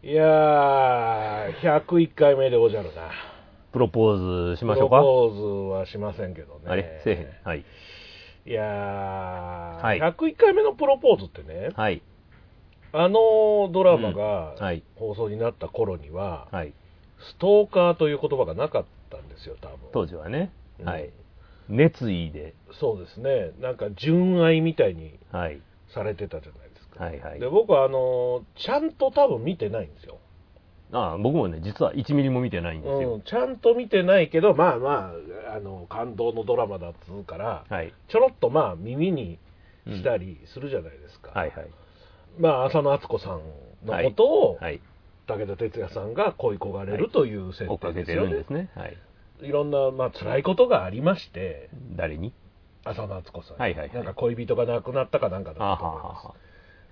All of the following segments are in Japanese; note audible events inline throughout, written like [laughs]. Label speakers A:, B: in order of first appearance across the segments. A: いやー、101回目でござるな。
B: プロポーズし
A: プ
B: ましょ
A: ロ
B: うか。
A: ポーズはしませんけどね。
B: あれせえへん。はい。
A: いやー、
B: はい
A: 101回目のプロポーズってね、
B: はい。
A: あのドラマ
B: うんは
A: が
B: い
A: 放送になった頃には、
B: はい。
A: ストーカーという言葉がなかったんですよ、多分
B: 当時はね。は
A: うん
B: い。熱意で。
A: そうですね、なんか純愛みたいに
B: はい。
A: されてたじゃないですか。
B: はいはい
A: で。僕はあのちゃんと多分見てないんですよ、
B: ああ、僕もね、実は1ミリも見てないんです
A: うん、
B: よ。
A: ちゃんと見てないけどまあまああの感動のドラマだっつうから
B: はい。
A: ちょろっとまあ耳にした
B: り。
A: りするじゃないですか、
B: はいはい。
A: まあ浅野敦子さんのことを、
B: はい。
A: 武田鉄矢さんが恋焦がれ
B: は
A: る
B: い
A: という設
B: 追
A: 定
B: っかけ
A: です
B: て
A: よ
B: るん
A: ね、
B: ですね。はい。
A: い、ろんなまあ辛いことがありまして
B: 誰に
A: 浅野敦子さん、
B: はいはいはい
A: なんか恋人が亡くなったかなんかだ
B: あ
A: っ
B: は
A: たと思い
B: は
A: ます
B: は。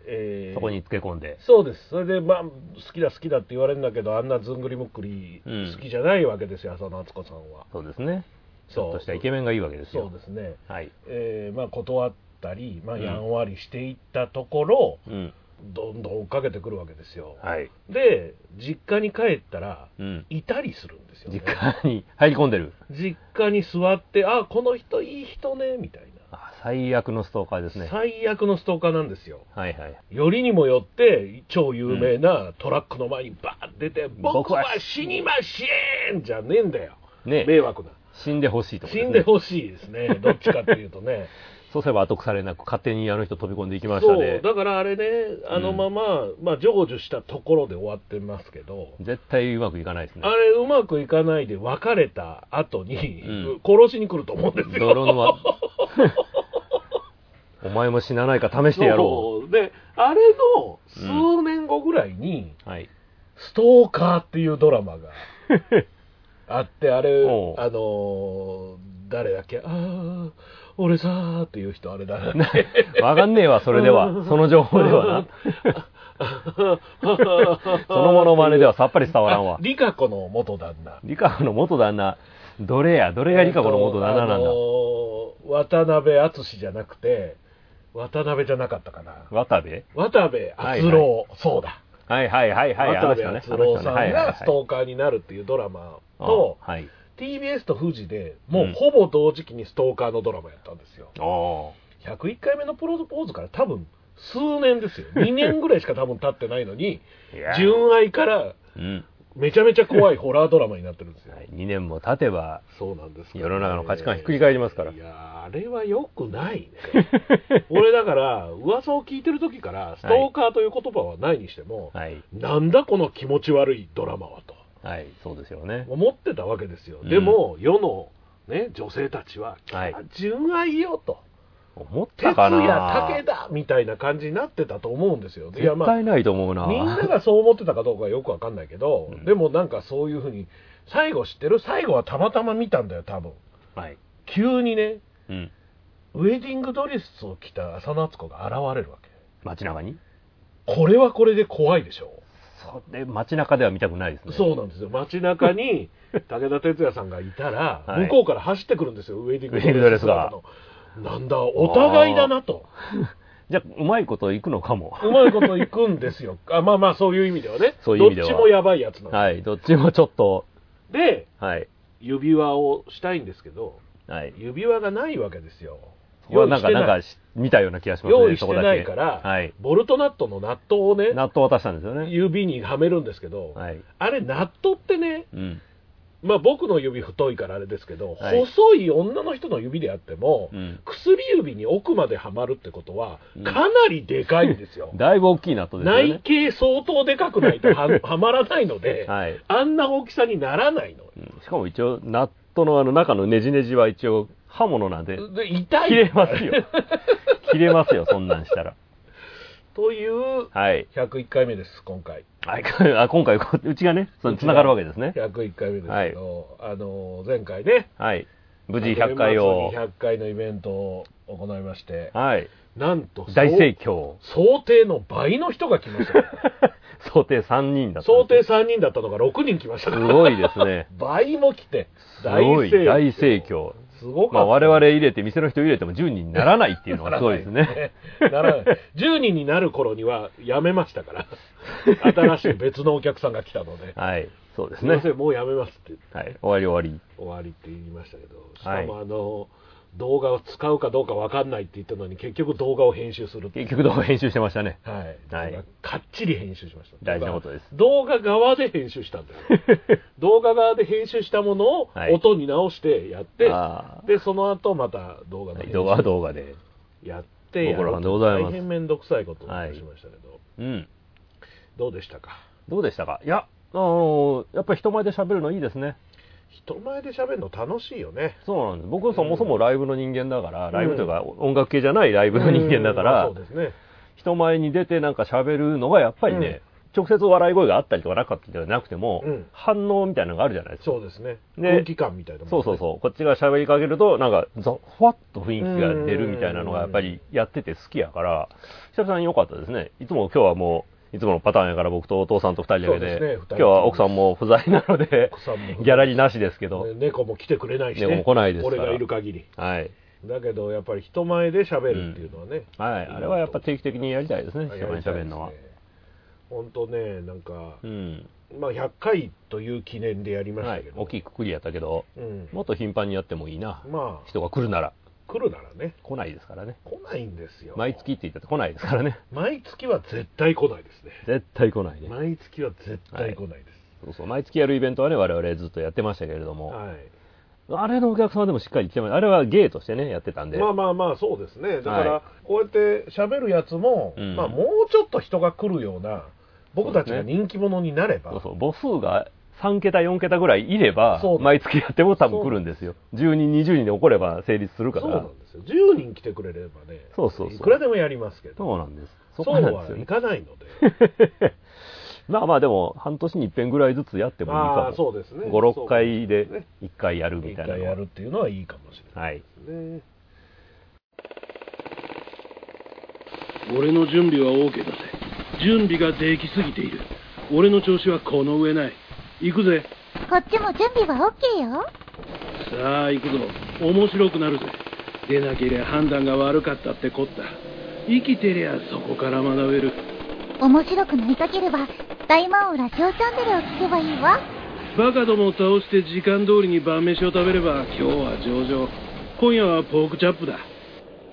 A: えー
B: そこにつけ込んで。
A: そうです、それで、まあ、好きだ好きだって言われるんだけど、あんなずんぐりむっくり
B: うん
A: 好きじゃないわけですよ、浅野敦子さんは。
B: そうですね。
A: そう
B: ちょっとしたイケメンがいいわけです
A: そう
B: よ。
A: ですね、
B: はい。
A: えーまあ、断ったり、まあ、
B: うん
A: やんわりしていったところ、
B: うん。
A: どんどん追っかけてくるわけですよ。
B: はい。
A: で、実家に帰ったら、
B: うん。
A: いたりするんですよ、ね
B: 実、家に入り込んでる。
A: 実家に座って、あこの人、いい人ねみたい
B: あ最悪のストーカーです
A: な、
B: ね。
A: 最悪のストーカーなんですよ。
B: はいはい。
A: よりにもよって、超有名なトラックの前にバーって出て、僕
B: 僕
A: は
B: は
A: 死にましんじゃねえんだよ、
B: ね
A: 迷惑な、
B: 死んでほしいところ
A: 死
B: です
A: ん
B: ね
A: でほしいです
B: [laughs]
A: ね、どっちかっていうとね、
B: そうすれば後腐れなく勝手にあの人飛び込んでいきました
A: そう
B: ね
A: だからあれね、あのまま、まあ、成就したところで終わってますけど、
B: 絶対うまくいかないですね
A: あれ、うまくいかないで別れた後に、
B: うん
A: 殺しに来ると思うんですよ。
B: 泥沼
A: [laughs]
B: お前も死なないか試してやろ
A: そうであれの数年後ぐらいに、
B: うはい
A: ストーカーっていうドラマ
B: [laughs]
A: があって、あれ、
B: おう
A: あのー誰だっけ、ああ、俺さーっていう人、あれだね。
B: [laughs] わかんねえわそれではその情報で
A: [laughs]
B: は
A: な。
B: なそのものまねではさっぱり伝わらんわ
A: あリカ子の元旦那。
B: リカ子の元旦那どれやどれがリカ子の元旦那なんだ
A: あのー渡辺淳じゃなくて、渡辺じゃなかったかな。
B: 渡部
A: 渡部篤郎、そうだ。
B: はいはいはいはい
A: 渡部篤郎さん
B: はいはい
A: が
B: は
A: ス
B: い
A: トーカーになるっていうドラマと、
B: あはい
A: TBS と富士でもううんほぼ同時期にストーカーのドラマやったんですよ、
B: お
A: 101回目のプロポーズから多分数年です
B: [laughs]
A: よ2年ぐらいしか多分経ってないのに
B: ーいやー
A: 純愛から
B: うん
A: めちゃめちゃ怖いホラードラマになってるんですよ、
B: [laughs] はい2年も経てば
A: そうなんですよ
B: 世の中の価値観ひっくり返りますから
A: いやーあれはよくないね [laughs] 俺だから噂を聞いてる時からストーカーという言葉はないにしても、
B: はい
A: なんだこの気持ち悪いドラマはと
B: はいそうですよね
A: 思ってたわけですよ、
B: うん
A: でも世の、ね、女性たちは、
B: はい
A: 純愛よと、
B: 思っ
A: 鉄
B: たかな
A: や竹だみたいな感じになってたと思うんですよ、いや
B: 絶
A: まあ
B: 対ないと思うな、
A: みんながそう思ってたかどうかはよくわかんないけど、
B: うん
A: でもなんかそういうふうに、最後知ってる、最後はたまたま見たんだよ、多分
B: はい、
A: 急にね、
B: うん、
A: ウェディングドレスを着た浅野敦子が現れるわけ、
B: 街中に
A: これはこれで怖いでしょ。
B: それ街中では見たくないですね
A: そうなんですよ街中
B: [laughs]
A: に武田鉄矢さんがいたら、
B: は
A: 向
B: い
A: こうから走ってくるんですよ、ウェディング
B: ウェディングドレスが
A: 姿の。なんだ、お互いだなと、
B: じゃあうまいこといくのかも
A: うまいこといくんです
B: [laughs]
A: よ、あまあまあ、そういう意味ではね、
B: そういう意味では
A: どっちもやばいやつなんで,、
B: はいどっちもちょっと
A: で、
B: はい
A: 指輪をしたいんですけど、
B: はい
A: 指輪がないわけですよ、
B: そこはなんか
A: 用意
B: な
A: して
B: んかし見たような気がしますね
A: 用意してない
B: そ
A: か
B: こだ
A: ら、
B: けはい
A: ボルトナットのナットをね、
B: 納豆渡したんですよね
A: 指にはめるんですけど、
B: はい
A: あれ、ナットってね、
B: うん
A: まあ、僕の指太いからあれですけど、
B: はい
A: 細い女の人の指であっても、
B: うん
A: 薬指に奥まではまるってことは
B: うん、
A: かなりでかいんですよ
B: [laughs] だいぶ大きい納豆ですよ
A: 内
B: ね
A: 径相当でかくないと
B: [laughs]
A: ははまらないので、
B: はい、
A: あんな大きさにならないの
B: うんしかも一応納豆のあの中のねじねじは一応刃物なんで
A: で痛い
B: 切れますよ切れますよそんなんしたら
A: という
B: はい
A: 101回目です今回
B: はい [laughs] あ今回こうちがねつながるわけですね
A: 101回目ですけど、あの前回ね
B: はい無事100回を
A: 100回のイベントを行いまして
B: はい
A: なんと
B: 大盛況。
A: 想定の倍の人が来ました
B: [laughs]
A: ね
B: 想定3人だった。
A: 想定3人だったのが6人来ました
B: す
A: から
B: ごいです
A: [laughs]
B: ね。
A: 倍も来て
B: すごい大盛況。
A: すごかった、
B: まあ我々入れて、店の人入れても10人にならないっていうのがすごいですね。
A: [laughs] ならない10人になる頃にはやめましたから
B: [laughs]
A: 新しい別のお客さんが来たので
B: はい。そうです
A: すいま
B: ね
A: せ。んもうやめますって
B: はい。終わり終わり。
A: 終わりって言いましたけどし
B: は
A: か
B: い
A: もあの、動画を使うかどうかわかんないって言ったのに結局動画を編集するっていう
B: 結局動画編集してましたね。
A: はい、
B: はい
A: かっちり編集しました
B: 大事なことです
A: 動画側で編集した
B: [laughs]
A: んだよ動画側で編集したものを
B: はい
A: 音に直してやって、
B: あー
A: でその後また動画の
B: はい
A: 編集
B: 動画は動画で。
A: やってやる
B: ご苦労さんでございま
A: 大
B: す
A: 変面倒くさいことをしましたけど、
B: うん。
A: どうでしたか
B: どうでしたかいや、あのーやっぱり人前で喋るのいいですね。
A: 人前で喋るの楽しいよね
B: そうなんです。僕はそもそもライブの人間だから、
A: ん
B: ライブというか音楽系じゃないライブの人間だか
A: う
B: ら
A: んまあ、そうですね
B: 人前に出てなんか喋るのがやっぱりね、直接笑い声があったりとかなかったりではなくても、
A: うん
B: 反応みたいなのがあるじゃないですか。
A: そうですね
B: で
A: 空気感みたいなもんね
B: そうそうそう。こっちが喋りかけると、なんか、ざふわっと雰囲気が出るみたいなのがやっぱりやってて好きやから、久々に良かったですね。いつも今日はもう、いつものパターンやから僕とお父さんと二人だけで、
A: そうですね二人
B: 今日は奥さんも不在なので
A: 奥さんも、
B: ギャラリーなしですけど、
A: ね猫も来てくれないし、ね、
B: 猫も来ないですから
A: 俺がいる限り
B: はい。
A: だけどやっぱり人前で喋るっていうのはね、
B: はい、あれはやっぱ定期的にやりたいですね、
A: やり
B: 人前に
A: たい
B: 喋
A: です
B: るのは。
A: 本当ねなんか
B: う、ん。
A: まあ、100回という記念でやりまし
B: は
A: た
B: い
A: け。ど、
B: 大きいくくりやったけど、
A: うん、
B: もっと頻繁にやってもいいな。
A: まあ
B: 人が来るなら、
A: 来るならね
B: 来ないですからね。
A: 来ないんですよ
B: 毎月って言ったって来ないですか
A: [laughs]
B: らね。
A: 毎月は絶対来ないですね
B: 絶対来ないね。
A: 毎月は絶対来ないで
B: そうそう毎月やるイベントはね我々ずっとやってましたけれど
A: す、
B: も、
A: はい
B: あれのお客様でもしっかり来てましたあれは芸としてねやってたんで、
A: まあまあまあそうですねだか
B: はい
A: らこうやって喋るやつも、
B: うん
A: まあ、もうちょっと人が来るような僕たちが人気者になれば、
B: そうそう母数が3桁4桁ぐらいいれば
A: そう
B: 毎月やっても多分来るんですよ10人20人で起これば成立するか
A: そうな
B: ら
A: んですよ10人来てくれればね
B: そうそうそう
A: くらでもやりますけど
B: そうなんですそ
A: そ
B: こ
A: う
B: なんですよ
A: は
B: ね
A: いかないので
B: まあまあでも半年に一遍ぐらいずつやってもいい
A: ま
B: か
A: あ
B: も、
A: そうですね
B: 56回で
A: そうですね
B: 1回やるみ
A: 一
B: たいな
A: 回
B: のは
A: やるっていうのはいいかもしれない
B: はい
A: ですね
C: 俺の準備は OK だぜ準備ができすぎている俺の調子はこの上ない行くぜ
D: こっちも準備は OK よ。
C: さあ行くぞ面白くなるぜ出なけりゃ判断が悪かったってこった生きてりゃそこから学べる
D: 面白くなりたければ、大魔王ラジオチャンネルを聞けばいいわ。
C: バカどもを倒して時間通りに晩飯を食べれば今日は上々今夜はポークチャップだ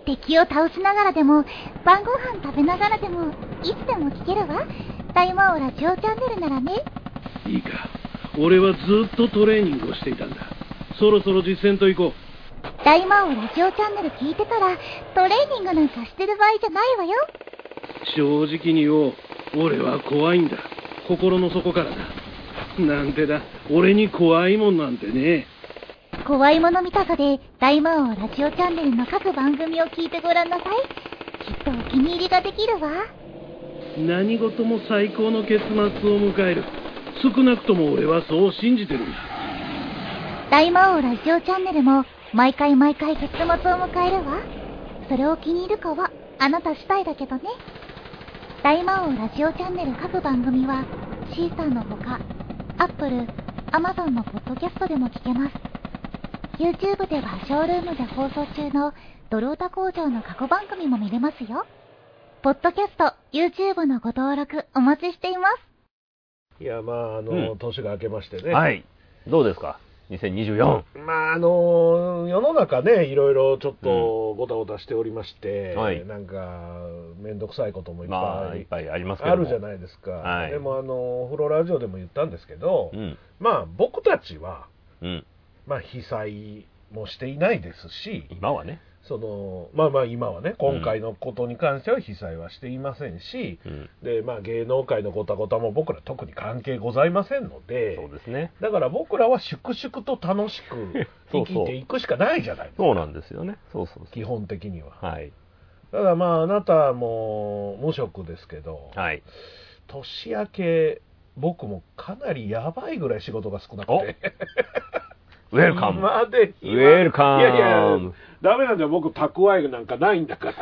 D: 敵を倒しながらでも、晩ご飯食べながらでも、いつでも聞けるわ。大魔王ラジオチャンネルならね。
C: いいか俺はずっとトレーニングをしていたんだそろそろ実践と行こう
D: 大魔王ラジオチャンネル聞いてたら、トレーニングなんかしてる場合じゃないわよ。
C: 正直に言おう俺は怖いんだ心の底からだなんてだ俺に怖いもんなんてね
D: 怖いもの見たさで、大魔王ラジオチャンネルの各番組を聞いてごらんなさい。きっとお気に入りができるわ。
C: 何事も最高の結末を迎える少なくとも俺はそう信じてるんだ
D: 大魔王ラジオチャンネルも毎回毎回月末を迎えるわそれを気に入るかはあなた次第だけどね大魔王ラジオチャンネル各番組はシーサーのほか Apple、Amazon のポッドキャストでも聞けます YouTube ではショールームで放送中のドロータ工場の過去番組も見れますよポッドキャスト、YouTube のご登録お待ちしています
A: いやまああの、
B: うん
A: 年が明けましてね、
B: はいどうですか2024
A: まああの世の中ねいろいろちょっとごたごたしておりまして、
B: うんはい
A: なんか面倒くさいこともいっ
B: ま
A: ぱ
B: あいっ
A: い
B: ぱいありますけ
A: あ
B: ども
A: るじゃないですか、
B: はい
A: でもあのフロラジオでも言ったんですけど、
B: うん
A: まあ僕たちは、
B: うん
A: まあ、被災もしていないですし
B: 今はね、
A: そのまあまあ今はね今回のことに関しては被災はしていませんし、
B: うん、
A: でまあ、芸能界のごたごたも僕ら特に関係ございませんので
B: そうですね
A: だから僕らは粛々と楽しく
B: [laughs] そう
A: 生
B: そ
A: き
B: う
A: ていくしかないじゃないですか
B: そうなんですよねそうそうそ
A: 基本的には
B: うはい
A: ただまああなたも無職ですけど、
B: はい
A: 年明け僕もかなりやばいぐらい仕事が少なくて
B: ウェルカム。
A: [laughs] まで
B: ウェルカム
A: いやいや、ダメなんだよ、僕、蓄えなんかないんだ
B: [laughs]
A: から。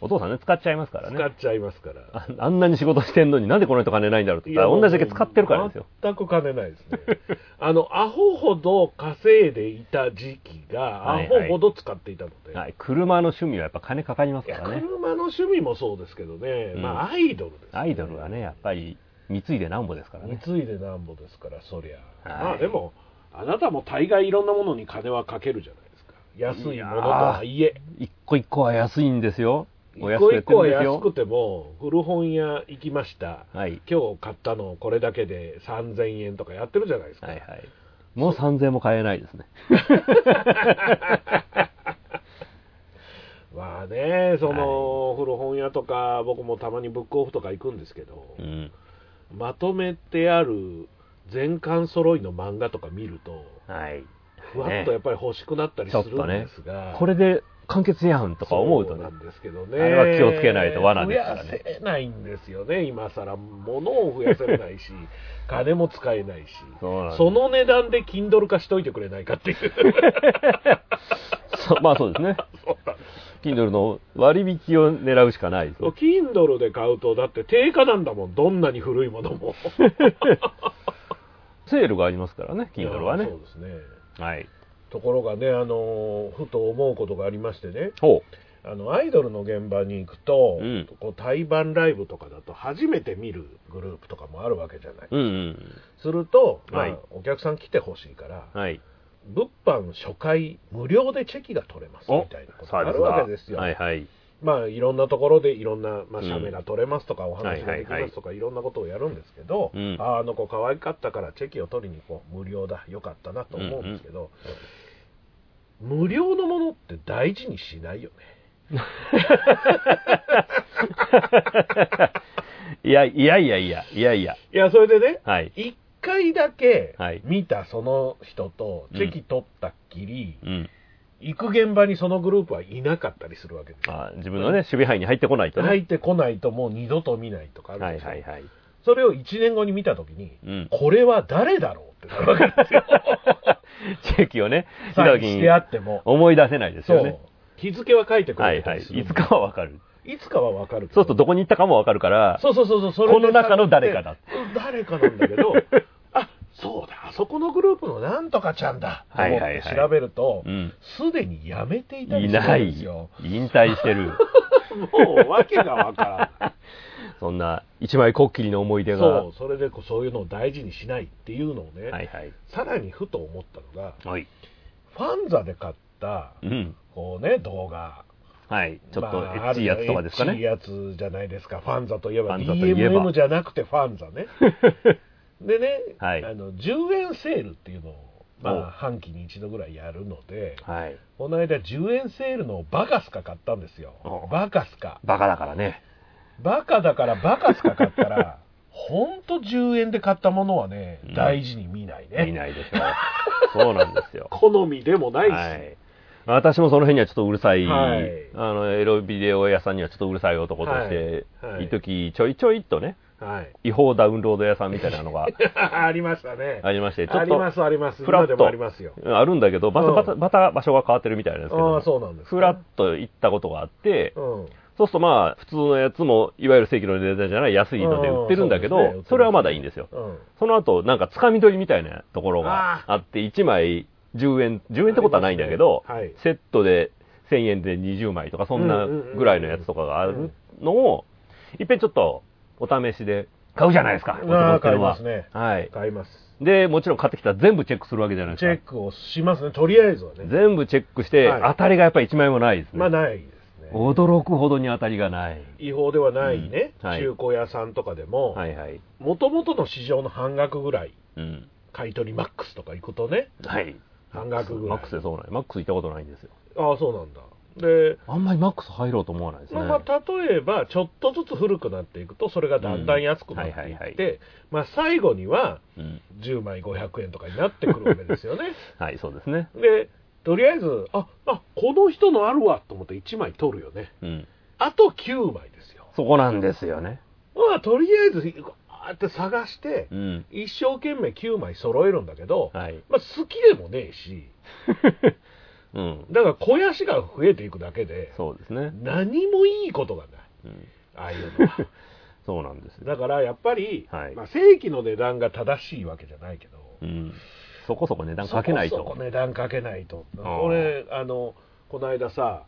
B: お父さんね、使っちゃいますから
A: 使
B: ね
A: っ。ちゃいますから。
B: ああんなに仕事してんのになんでこの人金ないんだろうって言ったら同じだけ使ってるからですよ。。
A: 全く金ないですね。 [laughs] あの、アホほど稼いでいた時期が、
B: は
A: ア
B: いはい
A: ホほど使っていたので。
B: はい、車の趣味はやっぱ金かかります
A: い
B: か
A: や
B: らね。
A: 車の趣味もそうですけどね、
B: うん
A: まあアイドルです、
B: アイドルはね、やっぱり貢いでなんぼですからね。
A: 貢いでなんぼですから、そりゃ、
B: はい
A: まあでも、あなたも大概いろんなものに金はかけるじゃないですか、安いものとはいえ、
B: 一個一個は安いんですよ。お
A: 一
B: 安く
A: 個
B: や
A: 一
B: ってる
A: 個
B: ん
A: は
B: です
A: 安
B: よ。
A: くても、古本屋行きました、
B: はい。
A: 今日買ったの、これだけで3000円とかやってるじゃないですか、
B: はいはい。もう3000円も買えないですね。
A: まあね、その、古本屋とか、僕もたまにブックオフとか行くんですけど、
B: うん。
A: まとめてある全巻揃いの漫画とか見ると、
B: はい。
A: ふわっとやっぱり欲しくなったり
B: ち
A: す
B: ょ
A: る
B: っと
A: ん
B: ね
A: ですが、、
B: これで完結やんとか思うとね
A: そ。なんですけどね
B: あれは気をつけないと罠ですからね
A: 増やせないんですよね今更物を増やせない
B: [laughs]
A: し金も使えないし
B: そうなんです
A: その値段で Kindle 化しといてくれないかっていう
B: [laughs] そうまあそうですね。
A: そうなんで
B: Kindle の割引を狙うしかないですす
A: よ
B: ね。
A: Kindle で買うとだって定価なんだもんどんなに古いものも
B: セールがありますからね、Kindle はい
A: や
B: ね
A: そ。うですね
B: はい。
A: ところがね、あのーふと思うことがありましてね
B: ほ
A: あのアイドルの現場に行くと、
B: うん
A: こう対バンライブとかだと初めて見るグループとかもあるわけじゃない、
B: う。うんうん。
A: すると、まあ
B: はい
A: お客さん来てほしいから、
B: はい。
A: 物販初回無料でチェキが取れますみたいなことがあるわけですよ。
B: はいはい。
A: まあいろんなところでいろんな、まあ、
B: うん
A: 写メが取れますとか、お話ができますとか、いろんなことをやるんですけど、
B: うん
A: あああの子可愛かったからチェキを取りに行こう無料だよかったなと思うんですけど、無料のものって大事にしないよね。
B: いや、いやいやいや、いやいや。
A: いやそれでね、
B: はい。
A: 一回だけ
B: はい
A: 見たその人とチェキ取ったっきり、
B: うん。
A: 行く現場にそのグループはいなかったりするわけですよ。
B: あ自分のね、守備範囲に入ってこないとね。
A: 入ってこないともう二度と見ないとかある
B: は
A: ん
B: い
A: ですよ
B: はいはい。
A: それを1年後に見たときに、
B: うん
A: これは誰だろうってなるわけですよ
B: チェキをね、見
A: サ
B: た
A: イン
B: 時
A: し
B: に
A: てあっても、
B: 思い出せないです
A: そ
B: よ
A: う
B: ね。
A: 日付は書いてく
B: は
A: れ
B: い
A: た
B: はい。
A: りする
B: いつかはわかる。
A: いつかは分かるけ
B: そうするとどこに行ったかもわかるから、
A: そうそうそうそうそれで
B: この中の誰かだ
A: うん誰かなんだけど [laughs] あそうだあそこのグループのなんとかちゃんだと思っ
B: はい
A: て
B: はいはい
A: 調べると
B: うん
A: すでにやめていたり
B: い
A: する
B: なんい
A: ですよ。
B: 引退し
A: [laughs]
B: てる。
A: もう訳が分から
B: [laughs]
A: ない
B: そんな一枚こっきりの思い出が。
A: そうそれでこうそういうのを大事にしないっていうのをね、
B: はいはい。
A: さらにふと思ったのが
B: はい。
A: ファンザで買った
B: うん。
A: こうね動画
B: はい。ちょっとエ
A: まあ
B: ッチいやつとかですか
A: ある
B: ね。
A: エッチいやつじゃないですかファンザといえば
B: ファンザといえば
A: DMM じゃなくてファンザ
B: [laughs]
A: ねでね、
B: はい
A: あの10円セールっていうのを、ま
B: お
A: あ、半期に一度ぐらいやるので
B: はい。
A: この間10円セールのバカスカ買ったんですよ
B: お
A: バカスカ
B: バカだからね。
A: バカだからバカスカ買ったら
B: [laughs]
A: ほんと10円で買ったものはね
B: うん
A: 大事に見ないね、
B: 見ないでしょ。 [laughs] そうなんですよ。
A: 好みでもないし、
B: はい。私もその辺にはちょっとうるさい、
A: はい
B: あのエロビデオ屋さんにはちょっとうるさい男として、
A: はいはい
B: 一時ちょいちょいっとね、
A: はい
B: 違法ダウンロード屋さんみたいなのが
A: [laughs] ありましたね。
B: あ
A: [laughs]
B: りまして、ちょ
A: あ
B: っ
A: ります
B: と、
A: あります。
B: フラ
A: 今
B: ッ
A: で
B: と
A: もありますよ。
B: うんあるんだけど、また
A: うん
B: またまた場所が変わってるみたいなんですけ
A: あ
B: ど、
A: あ、そうなんです、
B: ふらっと行ったことがあって、
A: うん。
B: そうするとまあ、普通のやつも、いわゆる正規の値段じゃない安いので売ってるんだけど、
A: うんうん
B: そ
A: そうですね
B: れはまだいいんですよ。
A: うん。
B: その後、なんか、つかみ取りみたいなところがあって、1枚10円、10円ってことはないんだけど、
A: ありますねはい
B: セットで1000円で20枚とか、そんなぐらいのやつとかがあるのを、いっぺんちょっとお試しで買うじゃないですか、
A: うん
B: お手持ちのは
A: 買いますね
B: はい。
A: 買います。
B: で、もちろん買ってきたら全部チェックするわけじゃない
A: チ
B: で
A: ェ
B: す
A: ッ
B: か。
A: クをしますね。とりあえずはね。
B: 全部チェックして、
A: はい
B: 当たりがやっぱり1枚もないですね。
A: まあ、ないですね。
B: 驚くほどに当たりがない。
A: 違法ではないね、
B: うんはい
A: 中古屋さんとかでも、
B: はいはい。
A: もともとの市場の半額ぐらい、
B: うん。
A: 買い取りマックスとか行くとね、
B: はい。
A: 半額ぐらい
B: マックスでそうなんやマックス行ったことないんですよ。
A: ああ、そうなんだ。で、
B: あんまりマックス入ろうと思わないですね。
A: まあ、まあ例えば、ちょっとずつ古くなっていくと、それがだんだん安くなって
B: うんはいはい
A: い
B: は
A: っ
B: い
A: て、まあ最後には
B: うん
A: 10枚500円とかになってくるわけですよ
B: [laughs]
A: ね。
B: はい、そうですね。
A: で、とりあえず、ああこの人のあるわと思って1枚取るよね。
B: うん。
A: あと9枚ですよ。
B: そこなんですよね。
A: まあ、とりあえず、ーって探して、
B: うん。
A: 一生懸命9枚揃えるんだけど、
B: はい。
A: まあ、好きでもねえし
B: うん。
A: だから肥やしが増えていくだけで
B: そうですね。
A: 何もいいことがない
B: うん。
A: ああいうの
B: [laughs]
A: は
B: そうなんですよ。
A: だからやっぱり、
B: はい
A: まあ、正規の値段が正しいわけじゃないけど
B: うん。そこそこ値段かけないと。
A: そこそこ値段かけないと
B: あー
A: 俺あのこの間さ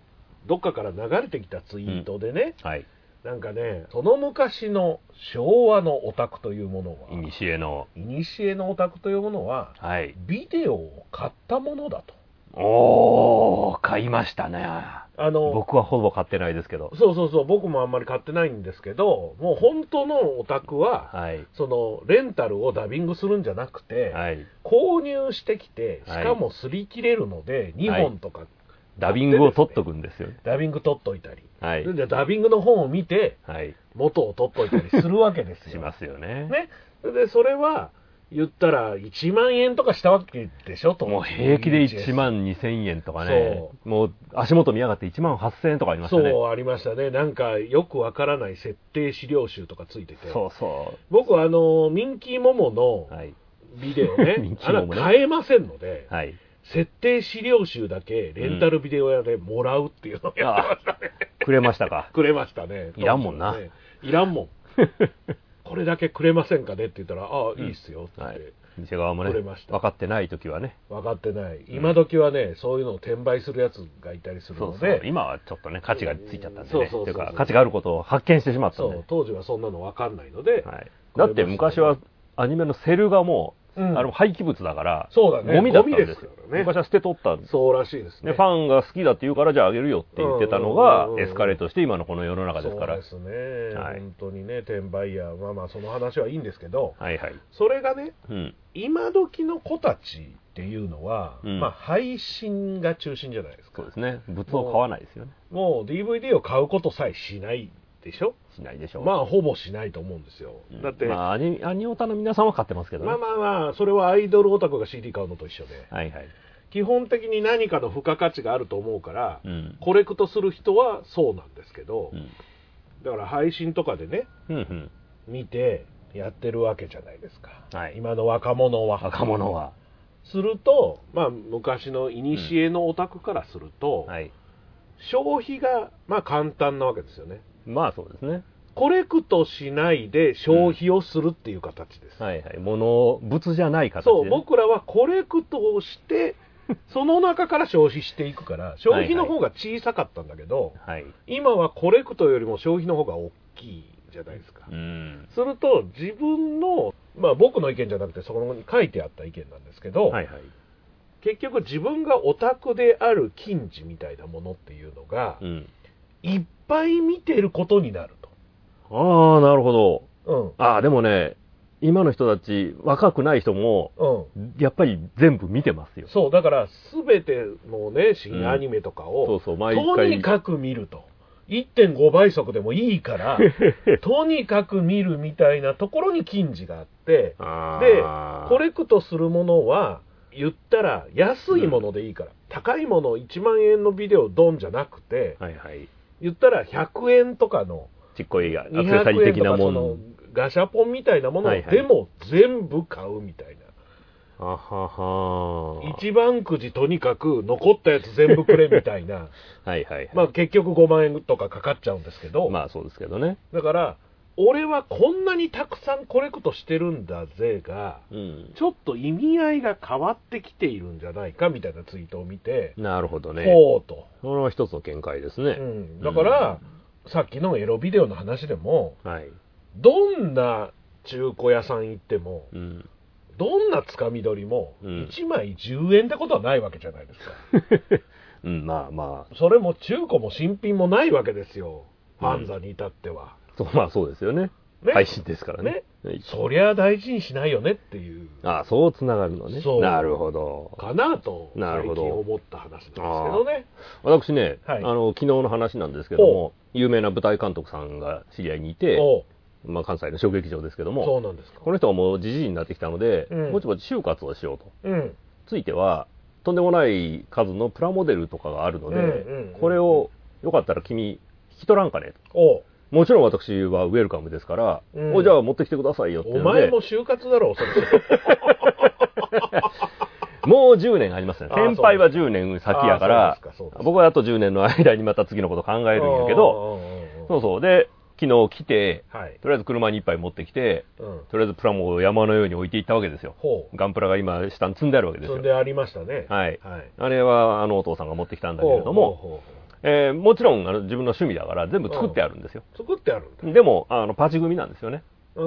A: どっかから流れてきたツイートでね、
B: はい。
A: なんかねその昔の昭和のオタクというものは
B: 古の。
A: 古のオタクというものは
B: はい。
A: ビデオを買ったものだと
B: おー、買いましたね。
A: あの
B: 僕はほぼ買ってないですけど。
A: そうそうそう僕もあんまり買ってないんですけどもう本当のオタクは、
B: はい。
A: そのレンタルをダビングするんじゃなくて、
B: はい。
A: 購入してきてし
B: はい
A: かも擦り切れるので、2本とか
B: ダビングを取っとくんですよ。
A: ダビング取っといたり、
B: はい。
A: でダビングの本を見て
B: はい。
A: 元を取っといたりするわけですよ
B: しますよね。
A: ねでそれは言ったら1万円とかしたわけでしょと
B: もう平気で
A: VHS
B: 1万2000円とかね
A: そ、
B: もう足元見やがって1万8000円とかありましたね。
A: そうありましたねなんかよくわからない設定資料集とかついてて
B: そうそ
A: 僕あのミンキーモモの
B: う。はい。
A: ビデオ
B: [laughs]
A: ね
B: ミンキ
A: あれ
B: ーモ
A: は
B: モね
A: 買えませんので、
B: はい。
A: 設定資料集だけレンタルビデオ屋でもらうっていうのをやってましたね、。
B: くれましたか
A: くれましたね
B: いらんもんな
A: ねいら
B: [laughs]
A: んもんこれだけくれませんかねって言ったらああいいっすよって言っ
B: は
A: て、
B: い。店側もね、
A: くれました
B: 分かってない時はね。
A: 分かってない今時はねそういうのを転売するやつがいたりする
B: そ
A: の
B: う
A: で
B: そう。今はちょっとね、価値がついちゃったんで
A: そう
B: ね。
A: そうそう
B: という
A: そう
B: か、価値があることを発見してしまった
A: そ
B: ん
A: う
B: で。
A: 当時はそんなの分かんないので、
B: はい。だって昔はアニメのセルがもう、
A: うん
B: あれも廃棄物だから、
A: そうだね
B: ゴミだったんですよ。
A: ゴミですからね
B: 昔は捨てとったんです
A: そうらしいですね
B: ね、ファンが好きだって言うから、じゃああげるよって言ってたのが
A: うんうんうんう、ん
B: エスカレートして今のこの世の中ですから。
A: そうですね、
B: はい
A: 本当にね転売屋まあまあその話はいいんですけど、
B: はいはい。
A: それがね
B: うん。
A: 今時の子たちっていうのは、
B: うん
A: まあ、配信が中心じゃないです
B: そ
A: か
B: うですね。物を買わないですよね。
A: もう DVD を買うことさえしないでしょ
B: しないでしょう。
A: まあほぼしないと思うんですよ、
B: うん
A: だって、
B: ま
A: まあ、
B: あ、アニアニオタの皆さんは買ってますけどね。
A: まあまあそれはアイドルオタクが CD 買うのと一緒で
B: はいはい。
A: 基本的に何かの付加価値があると思うから、
B: うん。
A: コレクトする人はそうなんですけど、
B: うん。
A: だから配信とかでね
B: うんうん。
A: 見てやってるわけじゃないですか、
B: はい
A: 今の若者は
B: 若者は。
A: すると、まあ、昔の古のオタクからすると、
B: はい。
A: 消費が、まあ、簡単なわけですよね
B: まあそうですね。
A: コレクトしないで消費をするっていう形です、
B: はいはい。物、物じゃない形でね、
A: そう僕らはコレクトを
B: [laughs]
A: してその中から消費していくから消費の方が小さかったんだけど、
B: はい。
A: 今はコレクトよりも消費の方が大きいじゃないですか、
B: うん。
A: すると自分のまあ僕の意見じゃなくてそこに書いてあった意見なんですけど、
B: はいはい。
A: 結局自分がオタクである近似みたいなものっていうのが、
B: うん。
A: いっぱい見てることになる
B: ああ、なるほど。
A: と
B: ああ、でもね、今の人たち、若くない人も、
A: うんうん
B: やっぱり全部見てますよ。
A: そうだから全てのね新アニメとか
B: そ
A: を、
B: うそう、毎
A: とに
B: 回。
A: かく見ると1.5倍速でもいいから
B: [laughs]
A: とにかく見るみたいなところに近似があってで
B: あー
A: コレクトするものは言ったら安いものでいいから、高いもの1万円のビデオドンじゃなくて
B: はいはい。
A: 言ったら100円とかの
B: ちっこいアクセサリー
A: 200円
B: 的
A: と
B: な
A: か
B: も
A: その
B: ん。
A: ガシャポンみたいなものを
B: はいはい
A: でも全部買うみたいな、
B: あはは。
A: 一番くじとにかく残ったやつ全部くれみたい
B: [laughs]
A: な
B: はいはいはい。
A: まあ結局5万円とかかかっちゃうんですけど、
B: まあそうですけどね。
A: だから俺はこんなにたくさんコレクトしてるんだぜが
B: うん。
A: ちょっと意味合いが変わってきているんじゃないかみたいなツイートを見て、
B: なるほどね。
A: ほうと、
B: それは一つの見解ですね。
A: うん、だから、さっきのエロビデオの話でも
B: はい。
A: どんな中古屋さん行っても
B: うん。
A: どんなつかみ取りも
B: うん
A: 1枚10円ってことはないわけじゃないですか、
B: うん、まあまあ、
A: それも中古も新品もないわけですよファンザに至っては、
B: そう、まあそうですよね。
A: ね
B: 配信ですからね。はい
A: そりゃ大事にしないよねっていう
B: ああ、そうつながるのね
A: そう。
B: なるほど。
A: かなと
B: な
A: 最
B: る
A: 近
B: ほど
A: 思った話なんですけどね
B: 私ね、
A: はい
B: あの、昨日の話なんですけども、有名な舞台監督さんが知り合いにいて、
A: おう
B: まあ関西の小劇場ですけど
A: そ
B: も、
A: うなんですか
B: この人はもうじじいになってきたので、
A: うん
B: ぼちぼち就活をしようと。
A: うん
B: ついては、とんでもない数のプラモデルとかがあるので、
A: うんうんうん
B: これをよかったら君、引き取らんかねと
A: おう
B: もちろん私はウェルカムですから、
A: うん
B: おじゃあ持ってきてくださいよっていう
A: お
B: の
A: 前
B: で
A: も就活だろ、そ
B: [laughs]
A: れ。
B: もう10年ありますね
A: あー
B: 先輩は10年先やから
A: あーそうですかそうですか
B: 僕はあと10年の間にまた次のこと考えるんやけど
A: うんうんうんうん
B: そうそうで昨日来て
A: はい。
B: とりあえず車に1杯持ってきて
A: うん。
B: とりあえずプラモを山のように置いていったわけですよ
A: ほう。
B: ガンプラが今下に積んであるわけです
A: そ
B: よ
A: んでありましたね。
B: はい
A: はい。
B: あれはあのお父さんが持ってきたんだけれど
A: ほ
B: も、
A: うほうほ
B: えーもちろんあの自分の趣味だから全部作ってあるんですよ
A: う作ってあるんだ。
B: でもあのパチ組なんですよね
A: う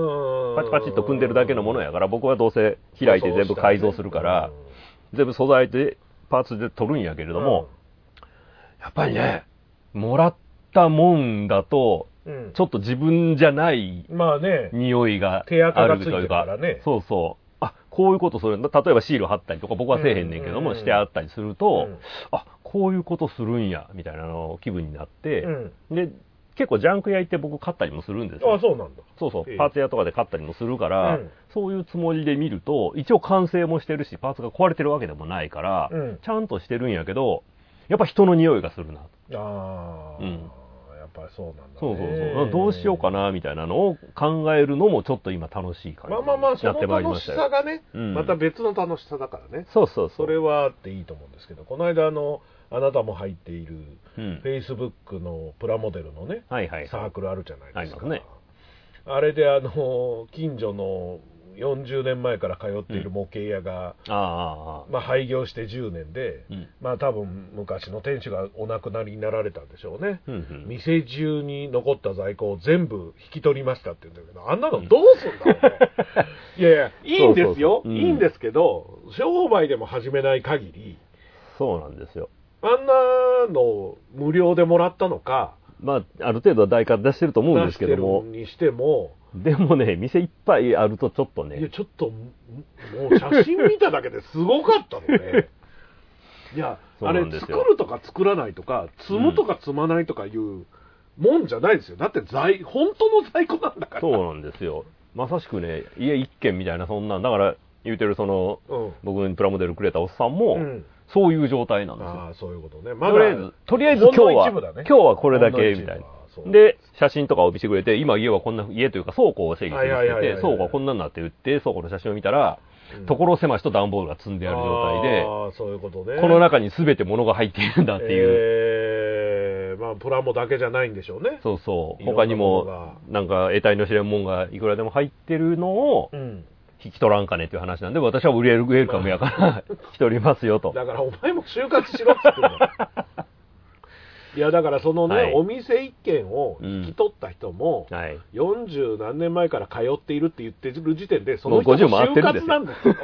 A: ん
B: パチパチっと組んでるだけのものやから僕はどうせ開いて全部改造するから
A: うん
B: 全部素材でパーツで取るんやけれども、やっぱりねもらったもんだと
A: うん
B: ちょっと自分じゃない
A: まあね、
B: 匂いが
A: 手垢
B: あ
A: が
B: る
A: つい
B: と
A: て
B: い
A: る
B: う
A: か
B: から
A: ね
B: そうそうあこういうことそれ例えばシール貼ったりとか僕はせえへんねんけども、
A: うん
B: してあったりすると、
A: うん
B: あこういうことするんやみたいなの気分になって、
A: うん
B: で結構ジャンク屋行って僕買ったりもするんですよ
A: あそうなんだ
B: そうそ
A: え
B: う、
A: え
B: パーツ屋とかで買ったりもするから、
A: うん
B: そういうつもりで見ると、一応完成もしてるし、パーツが壊れてるわけでもないから、
A: うん
B: ちゃんとしてるんやけど、やっぱ人の匂いがするな。
A: ああ、
B: うん
A: やっぱりそうなんだ、ね、
B: そうそうそう。どうしようかな、みたいなのを考えるのもちょっと今楽しい感じ
A: まあ
B: に
A: まあまあそ
B: なって
A: の
B: まいりま
A: 楽
B: し
A: したさ
B: よ。
A: がね、
B: うん
A: また別の楽しさだからね
B: そうそうそう。
A: それはあっていいと思うんですけどこの間あのあなたも入っている
B: うん
A: フ。ェイスブックのプラモデルのね、
B: はいはい。
A: サークルあるじゃないです
B: あ
A: か
B: りますね
A: あれであの近所の40年前から通っている模型屋が、
B: ああああ、
A: まあ、廃業して10年で、
B: うん
A: まあ多分昔の店主がお亡くなりになられたんでしょうね、
B: うんうん
A: 店中に残った在庫を全部引き取りましたって言うんだけどあんなのどうすんだろ
B: [laughs]
A: うね、いやいやいいんですよ
B: そうそうそううん
A: いいんですけど商売でも始めない限り
B: そうなんですよ。
A: あんなの無料でもらったのか
B: まあ、ある程度は代価出してると思うん
A: 出
B: です
A: して
B: け
A: る
B: ども、
A: にしても
B: でもね、店いっぱいあるとちょっと
A: いや
B: ね、
A: ちょっともう写真見ただけですごかったの [laughs] ねいや
B: そう
A: あ
B: な
A: れ
B: んですよ
A: 作るとか作らないとか積むとか積まないとかいうもんじゃないですよだって在本当の在庫なんだから
B: そうなんですよ。まさしくね、家一軒みたいな、そんなん、だから、言うてるその、
A: うん
B: 僕にプラモデルくれたおっさんも、
A: うん
B: そういう状態なんですよ。
A: ああそういうことねま
B: とりあえず、とりあえず今日は、今日はこれだけ、みたいな。で、写真とかを見せてくれて、今家はこんな、家というか倉庫を整理して
A: はいはいはいはい
B: て
A: は、い
B: 倉庫はこんなんなって売って、倉庫の写真を見たら、所狭しと段ボールが積んである状態で、
A: ああそういうことね
B: この中に全て物が入っているんだっていう、
A: いう、えーまあプラモだけじゃないんでしょうね
B: そうそう、
A: いろんな
B: 他にも、なんか得体の知れんもんがいくらでも入ってるのを
A: うん
B: 引き取らんかねっていう話なんで、私はウェルウェルカムやから、引き取りますよと。
A: だからお前も就活しろって言って
B: [laughs]
A: るんだよいやだからそのね、
B: はい
A: お店一軒を引き取った人も、
B: はい。
A: 40何年前から通っているって言ってる時点でその人
B: もう50
A: も
B: 回って
A: 就
B: るんです
A: 活な
B: よ
A: んですよ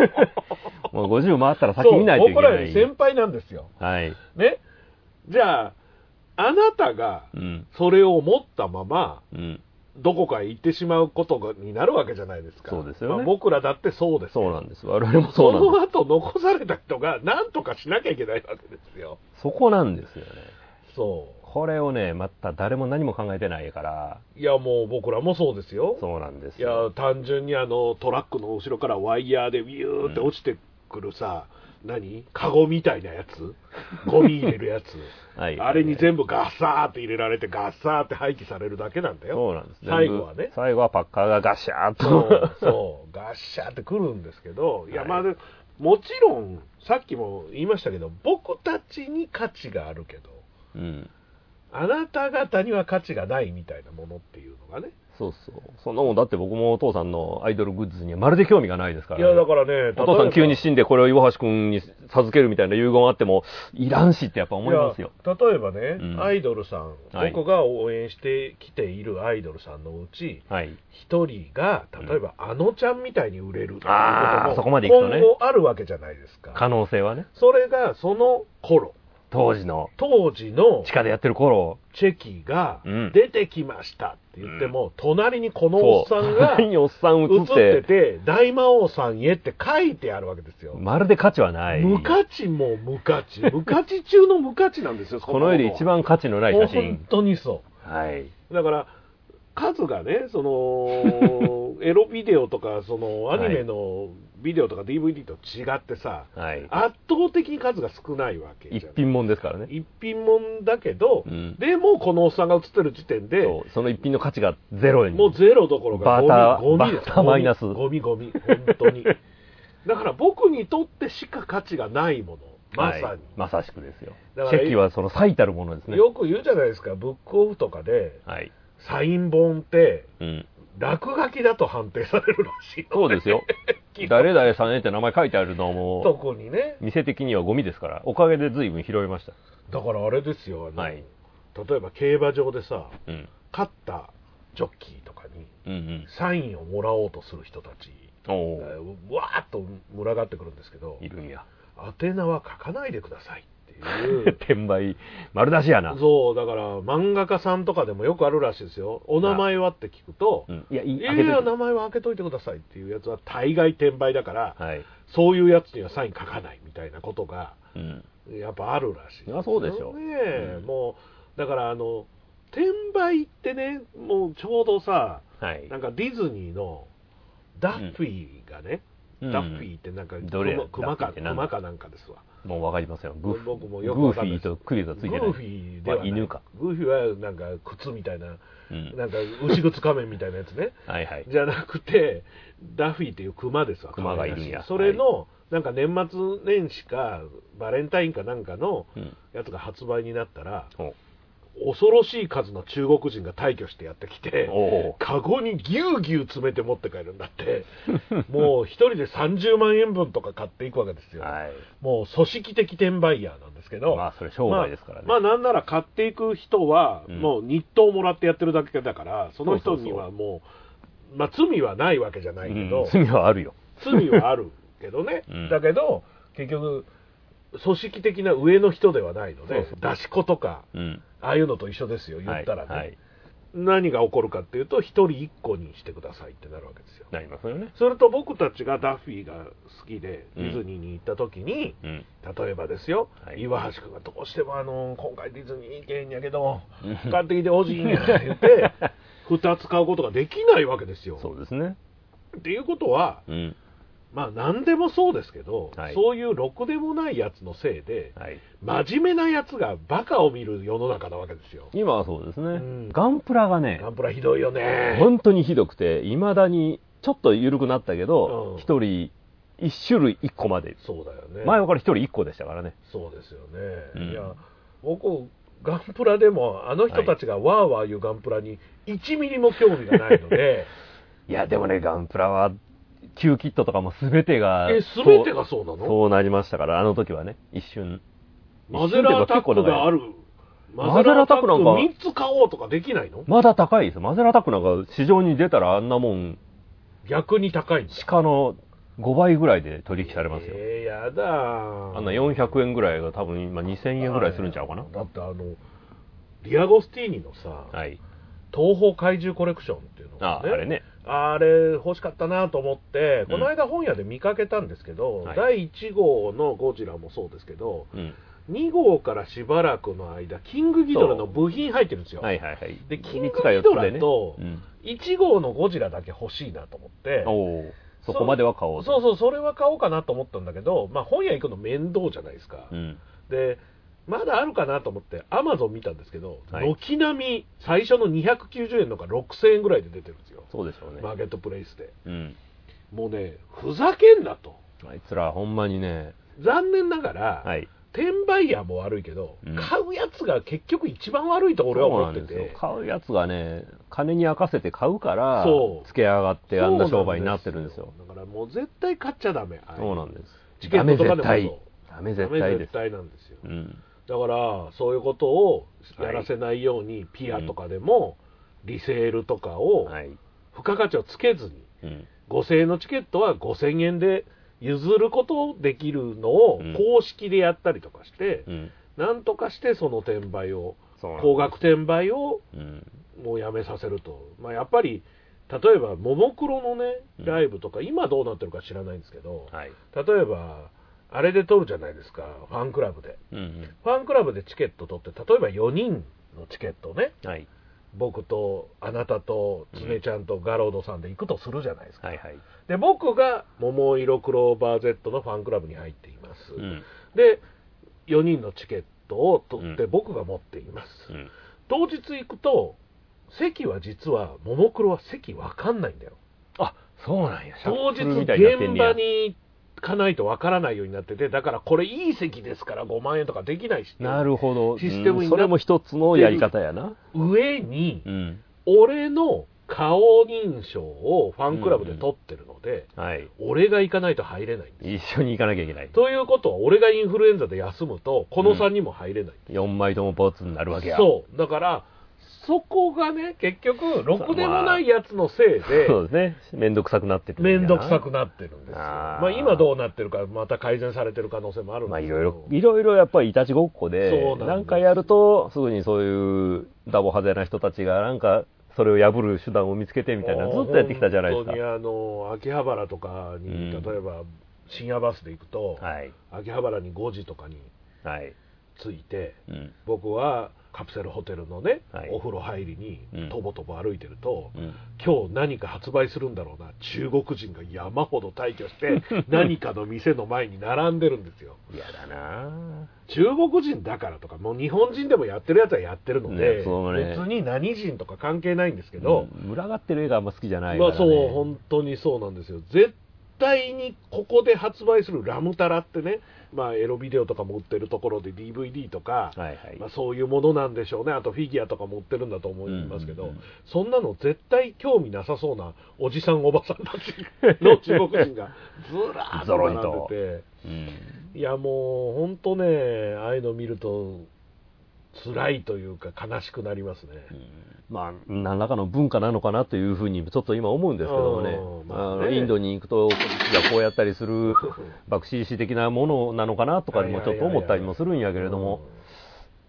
B: もう50回ったら
A: そ
B: 先
A: う
B: 見ないといけ
A: 僕ら
B: な
A: より
B: い。
A: 先輩なんですよ
B: はい。
A: ねじゃああなたが
B: うん。
A: それを持ったまま
B: うん。
A: どこかへ行ってしまうことがになるわけじゃないですか
B: そうですよね
A: まあ僕らだってそうです
B: そうなんです。我々もそうなんで
A: その後残された人が何とかしなきゃいけないわけですよ
B: す。そこなんですよね。
A: そ
B: これをね、また誰も何も考えてないから、
A: ういやもう僕らもそうですよ
B: そうなんです
A: いや
B: よ。
A: 単純にあのトラックの後ろからワイヤーでビューって落ちてくるさ、何カゴみたいなや
B: [laughs]
A: つゴミ入れるやつ
B: はい
A: あれに全部ガッサーって入れられてガッサーって廃棄されるだけなんだよ
B: そうなんです。
A: 最後はね
B: 全部最後はパッカーがガシャーっ
A: そ
B: と
A: う。そう、ガッシャーってくるんですけど、いや、
B: はい
A: まあ、でもちろん、さっきも言いましたけど、僕たちに価値があるけど、
B: うん。
A: あなた方には価値がないみたいなものっていうのがね。
B: そうそう。そんなもんだって僕もお父さんのアイドルグッズにはまるで興味がないですから
A: い
B: ね、
A: や、だからね、
B: お父さん急に
A: ん
B: 死んでこれを岩橋君に授けるみたいな遺言あっても、いらんしってやっぱ思いますよ。。
A: や例えばね、
B: うん
A: アイドルさん、
B: はい
A: 僕が応援してきているアイドルさんのうち、
B: はい。
A: 一人が、例えば、あのちゃんみたいに売れるっていう
B: あー
A: こ
B: そ
A: と
B: こ
A: も、
B: まで行くとね
A: 今後あるわけじゃないですか。
B: 可能性はね、
A: それが、その頃、
B: 当時の
A: 当時の
B: 地下でやってる頃、
A: チェキが
B: うん
A: 出てきましたって言っても、隣にこのおっさんが
B: そうにおっさん
A: 映
B: 映
A: っ
B: ってて、
A: て、大魔王さんへって書いてあるわけですよ。
B: まるで価値はない。
A: 無価値も無価値、無価値中の無価値なんですよ、
B: この世で一番価値のない
A: 本
B: 写真。
A: 当にそ
B: はい。
A: う。だから、数がね、その
B: [laughs]
A: エロビデオとか、そのアニメのビデオとか DVD と違ってさ、
B: はい。
A: 圧倒的に数が少ないわけ
B: 一
A: じゃん。
B: 品もんですからね。
A: 一品もんだけど、
B: うん
A: でもこのおっさんが映ってる時点で、
B: そうその一品の価値がゼロに。
A: もうゼロどころかゴミ、
B: バーター
A: ゴミです
B: バーターマイナス
A: ゴミ、ゴミ、ゴミ本当に。だから僕にとってしか価値がないもの、まさ
B: はい
A: に。
B: まさしくですよ。
A: だから
B: チェキはその最たるものですね。
A: よく言うじゃないですか、ブックオフとかで、
B: はい。
A: サイン本って、
B: うん。
A: 落書きだと判定されるらしいの
B: そうで
A: [laughs]
B: すよ。誰々さんへって名前書いてあるのも、
A: 特にね。
B: 店的にはゴミですから、おかげで随分拾いました。
A: だからあれですよ、あの
B: はい
A: 例えば競馬場でさ、
B: うん。
A: 勝ったジョッキーとかに、
B: うん
A: サインをもらおうとする人たち、
B: うん。お
A: え
B: ー
A: ーわーっと群がってくるんですけど、
B: いるんや。
A: 宛名は書かないでくださいっていう。
B: [laughs] 転売、丸出し [laughs] やな。
A: そう、だから漫画家さんとかでもよくあるらしいですよ。お名前はって聞くと、
B: うん。いや、い
A: い
B: い、
A: や
B: 開
A: い
B: けて
A: や、名前は開けといてくださいっていうやつは大概転売だから、
B: はい。
A: そういうやつにはサイン書かないみたいなことが、
B: うん。
A: やっぱあるらしい
B: いやそうでしょう
A: ねえ、
B: うん
A: もう、だからあの、転売ってね、もうちょうどさ、
B: はい。
A: なんかディズニーのダッフィーがね、
B: うん
A: ダッフィーってなんか
B: どれや
A: 熊
B: ダッフィー
A: か
B: ってなんだ
A: 熊かなんかですわ。
B: もうわかりませんよ。グー
A: 僕
B: フ
A: も
B: グ
A: よくわ
B: ーフ
A: かんな
B: ィ
A: い
B: ーとクリルがついてない。
A: グーフィーでは
B: ま
A: な
B: あ
A: い、
B: 犬か。
A: グーフィーはなんか靴みたいな、
B: うん。
A: なんか牛靴仮面みたいなやつね。
B: はいはい。
A: じゃなくて、ダフィーっていうクマですわ、
B: 熊がいるんや
A: 可愛らしそれの、なんか年末年始か、バレンタインかなんかの
B: うん。
A: やつが発売になったら、
B: おう
A: 恐ろしい数の中国人が退去してやってきて、
B: お
A: カゴにぎゅうぎゅう詰めて持って帰るんだ
B: [laughs]
A: って、もう一人で30万円分とか買っていくわけです
B: う。
A: よ。
B: はい。
A: もう組織的転売ヤーなんですけど、
B: まあ、それ商売ですからね。
A: まあ、まあなんなら買っていく人は、
B: うん
A: もう日当をもらってやってるだけだから、その人に
B: そうそう
A: はもう、まあ、罪はないわけじゃないけど、
B: うん罪はあるよ。
A: 罪はあるけどね、
B: [laughs] うん
A: だけど、結局、組織的な上の人ではないので、
B: そう
A: 出し子とか、
B: うん。
A: ああいうのと一緒ですよ、言ったらね、
B: はいはい。
A: 何が起こるかっていうと、1人1個にしてくださいってなるわけですよ。
B: なりますよね。
A: それと僕たちがダッフィーが好きで、
B: う
A: デ
B: ん
A: ィズニーに行った時に、
B: うん。
A: 例えばですよ、
B: はい
A: 岩橋君がどうしてもあの今回ディズニー行けんやけど
B: うん、
A: 買ってきてほしいんやって言
B: [laughs]
A: って、2つ買うことができないわけですよ。
B: そうですね。
A: っていうことは、
B: うん。
A: まあ何でもそうですけど、
B: はい
A: そういうろくでもないやつのせいで、
B: はい。
A: 真面目なやつがバカを見る世の中なわけですよ。
B: 今はそうですね。
A: ん
B: ガンプラがね
A: ガ、ンプラひどいよね。
B: 本当にひどくて、いまだにちょっと緩くなったけ
A: う
B: ど
A: ん、
B: 一、人、一種類一個まで。
A: そうだよね。
B: 前はから一人一個でしたからね。
A: そうですよね。
B: うん
A: いや、僕、ガンプラでも、あの人たちがわーわー言うガンプラに1ミリも興味がないの
B: [laughs]
A: で、
B: いや、でもね、ガンプラは、旧キットとかも全てが、
A: え、すべてがそうなの
B: そうなりましたから、あの時はね、一瞬。
A: マゼラアタックがあ
B: る。
A: る。
B: マゼラアタックなんか
A: マゼラアタック3つ買おうとかできないの
B: まだ高いです。マゼラタックなんか市場に出たらあんなもん、
A: 逆に高いんです。
B: 鹿の5倍ぐらいで取引されますよ。
A: えー、やだ
B: あんな400円ぐらいが多分今2000円ぐらいするんちゃうかな。
A: だってあの、ディアゴスティーニのさ、
B: はい。
A: 東宝怪獣コレクションっていうの
B: あ、
A: が
B: あれね。
A: あれ欲しかったなと思って、
B: うん
A: この間本屋で見かけたんですけど、
B: はい
A: 第1号のゴジラもそうですけど、
B: うん。
A: 2号からしばらくの間、キングギドラの部品入ってるんですよ。
B: はいはいはい。
A: でキング
B: いつか四つで
A: ギドラと
B: うん
A: 1号のゴジラだけ欲しいなと思って、
B: おお。そこまでは買おうと。
A: そうそう、それは買おうかなと思ったんだけど、まあ、本屋行くの面倒じゃないですか、
B: うん。
A: でまだあるかなと思って、アマゾン見たんですけど、
B: はい
A: 軒並み最初の290円のが6000円ぐらいで出てるんですよ、
B: そうでしょうね
A: マ。ーケットプレイスで。
B: うん。
A: もうね、ふざけんなと、
B: あいつらほんまにね、
A: 残念ながら、
B: はい。
A: 転売ヤーも悪いけど、
B: うん
A: 買うやつが結局一番悪いと俺は
B: そう
A: 思
B: な
A: っ
B: ん
A: て
B: ですよ
A: て。。
B: 買うやつがね、金に任せて買うから、
A: そう
B: 付け上がってあんな
A: そう
B: 商売になってるんですよ。。
A: だからもう絶対買っちゃダメ。ああいう
B: そうなんです。
A: チケットとかでも
B: ダメ絶
A: そうダ
B: 対。ダメ絶
A: メ
B: 対で
A: 絶
B: す。
A: 対なんですよ。
B: うん。
A: だから、そういうことをやらせないように、ピアとかでも、リセールとかを、
B: はい。
A: 付加価値をつけずに、
B: うん。
A: 5000円のチケットは5000円で譲ることできるのを
B: うん
A: 公式でやったりとかして、
B: うん。
A: なんとかしてその転売を、
B: そうなんです
A: 高額転売を
B: うん。
A: もうやめさせると、まあ、やっぱり例えば、ももクロのね、
B: うん
A: ライブとか、今どうなってるか知らないんですけど、
B: はい。
A: 例えば、あれで撮るじゃないですか、ファンクラブで。
B: うん
A: ファンクラブでチケット取って、例えば4人のチケットをね、
B: うん。はい。
A: 僕とあなたと常ちゃんとガロードさんで行くとするじゃないですか、
B: はいはい。
A: で僕が桃色クローバー Z のファンクラブに入っています、
B: うん。
A: で4人のチケットを取って
B: うん
A: 僕が持っています、
B: うん。
A: 当日行くと席は実はももクロは席わかんないんだよ
B: あ、そうなんや。シャ
A: 当
B: ッ
A: 日
B: フルみたいになってん
A: 現
B: ねや
A: 場。に行かないとわからないようになっててだからこれいい席ですから5万円とかできないし
B: なるほど。
A: システムにな
B: うんそれも一つのやり方やな。
A: 上に
B: うん。
A: 俺の顔認証をファンクラブで取ってるので、
B: はい。
A: 俺が行かないと入れないんです
B: 一緒に行かなきゃいけない。
A: ということは俺がインフルエンザで休むとこの3人も入れない、
B: 4枚ともボツになるわけや。
A: そうだからそこがね結局ろくでもないやつのせいで
B: そうですね。めんどくさくなってるんや
A: 面
B: な。
A: 倒くさくなってるんですよ
B: あー
A: まあ、今どうなってるかまた改善されてる可能性もあるん
B: ま
A: で
B: あ
A: す
B: い
A: けど、
B: ろいろ、いろいろやっぱりいたちごっ
A: そ
B: こ
A: うな
B: で
A: ん、です
B: なんかやると、すぐにそういうダボ派手な人たちが、なんか、それを破る手段を見つけてみたいな、ずっとやってきたじゃないです
A: 本当に
B: か。
A: あの秋葉原とかに、
B: うん
A: 例えば深夜バスで行くと、
B: はい。
A: 秋葉原に5時とかに
B: はい。
A: 着いて
B: うん。
A: 僕はカプセルホテルのね、
B: はい
A: お風呂入り
B: う
A: に
B: ん
A: とぼとぼ歩いてると、
B: うん。
A: 今日何か発売するんだろうな中国人が山ほど退去して
B: [laughs]
A: 何かの店の前に並んでるんですよ
B: 嫌だな
A: 中国人だからとかもう日本人でもやってるやつはやってるので、
B: ねそうね
A: 別に何人とか関係ないんですけど、
B: うん群がってる映画あんま好きじゃないか
A: ま
B: ら、
A: あ
B: ね。
A: そう本当にそうなんですよ絶対にここで発売するラムタラってね、まあ、エロビデオとかも売ってるところで DVD とか、
B: はいはい。
A: まあ、そういうものなんでしょうねあとフィギュアとかも売ってるんだと思いますけど、
B: うんうんうん
A: そんなの絶対興味なさそうなおじさんおばさんたち
B: [laughs]
A: の中国人がずらーっと並んで
B: うん
A: ていやもう本当ねああいうの見ると辛いというか悲しくなりますね、
B: まあ、何らかの文化なのかなというふうに、ちょっと今思うんですけどもね
A: う、ん
B: あ
A: まあね
B: のインドに行くと、こっちがこうやったり
A: [laughs]
B: する、バクシーシ的なものなのかなとかにもちょっと思ったりもするんやけれども、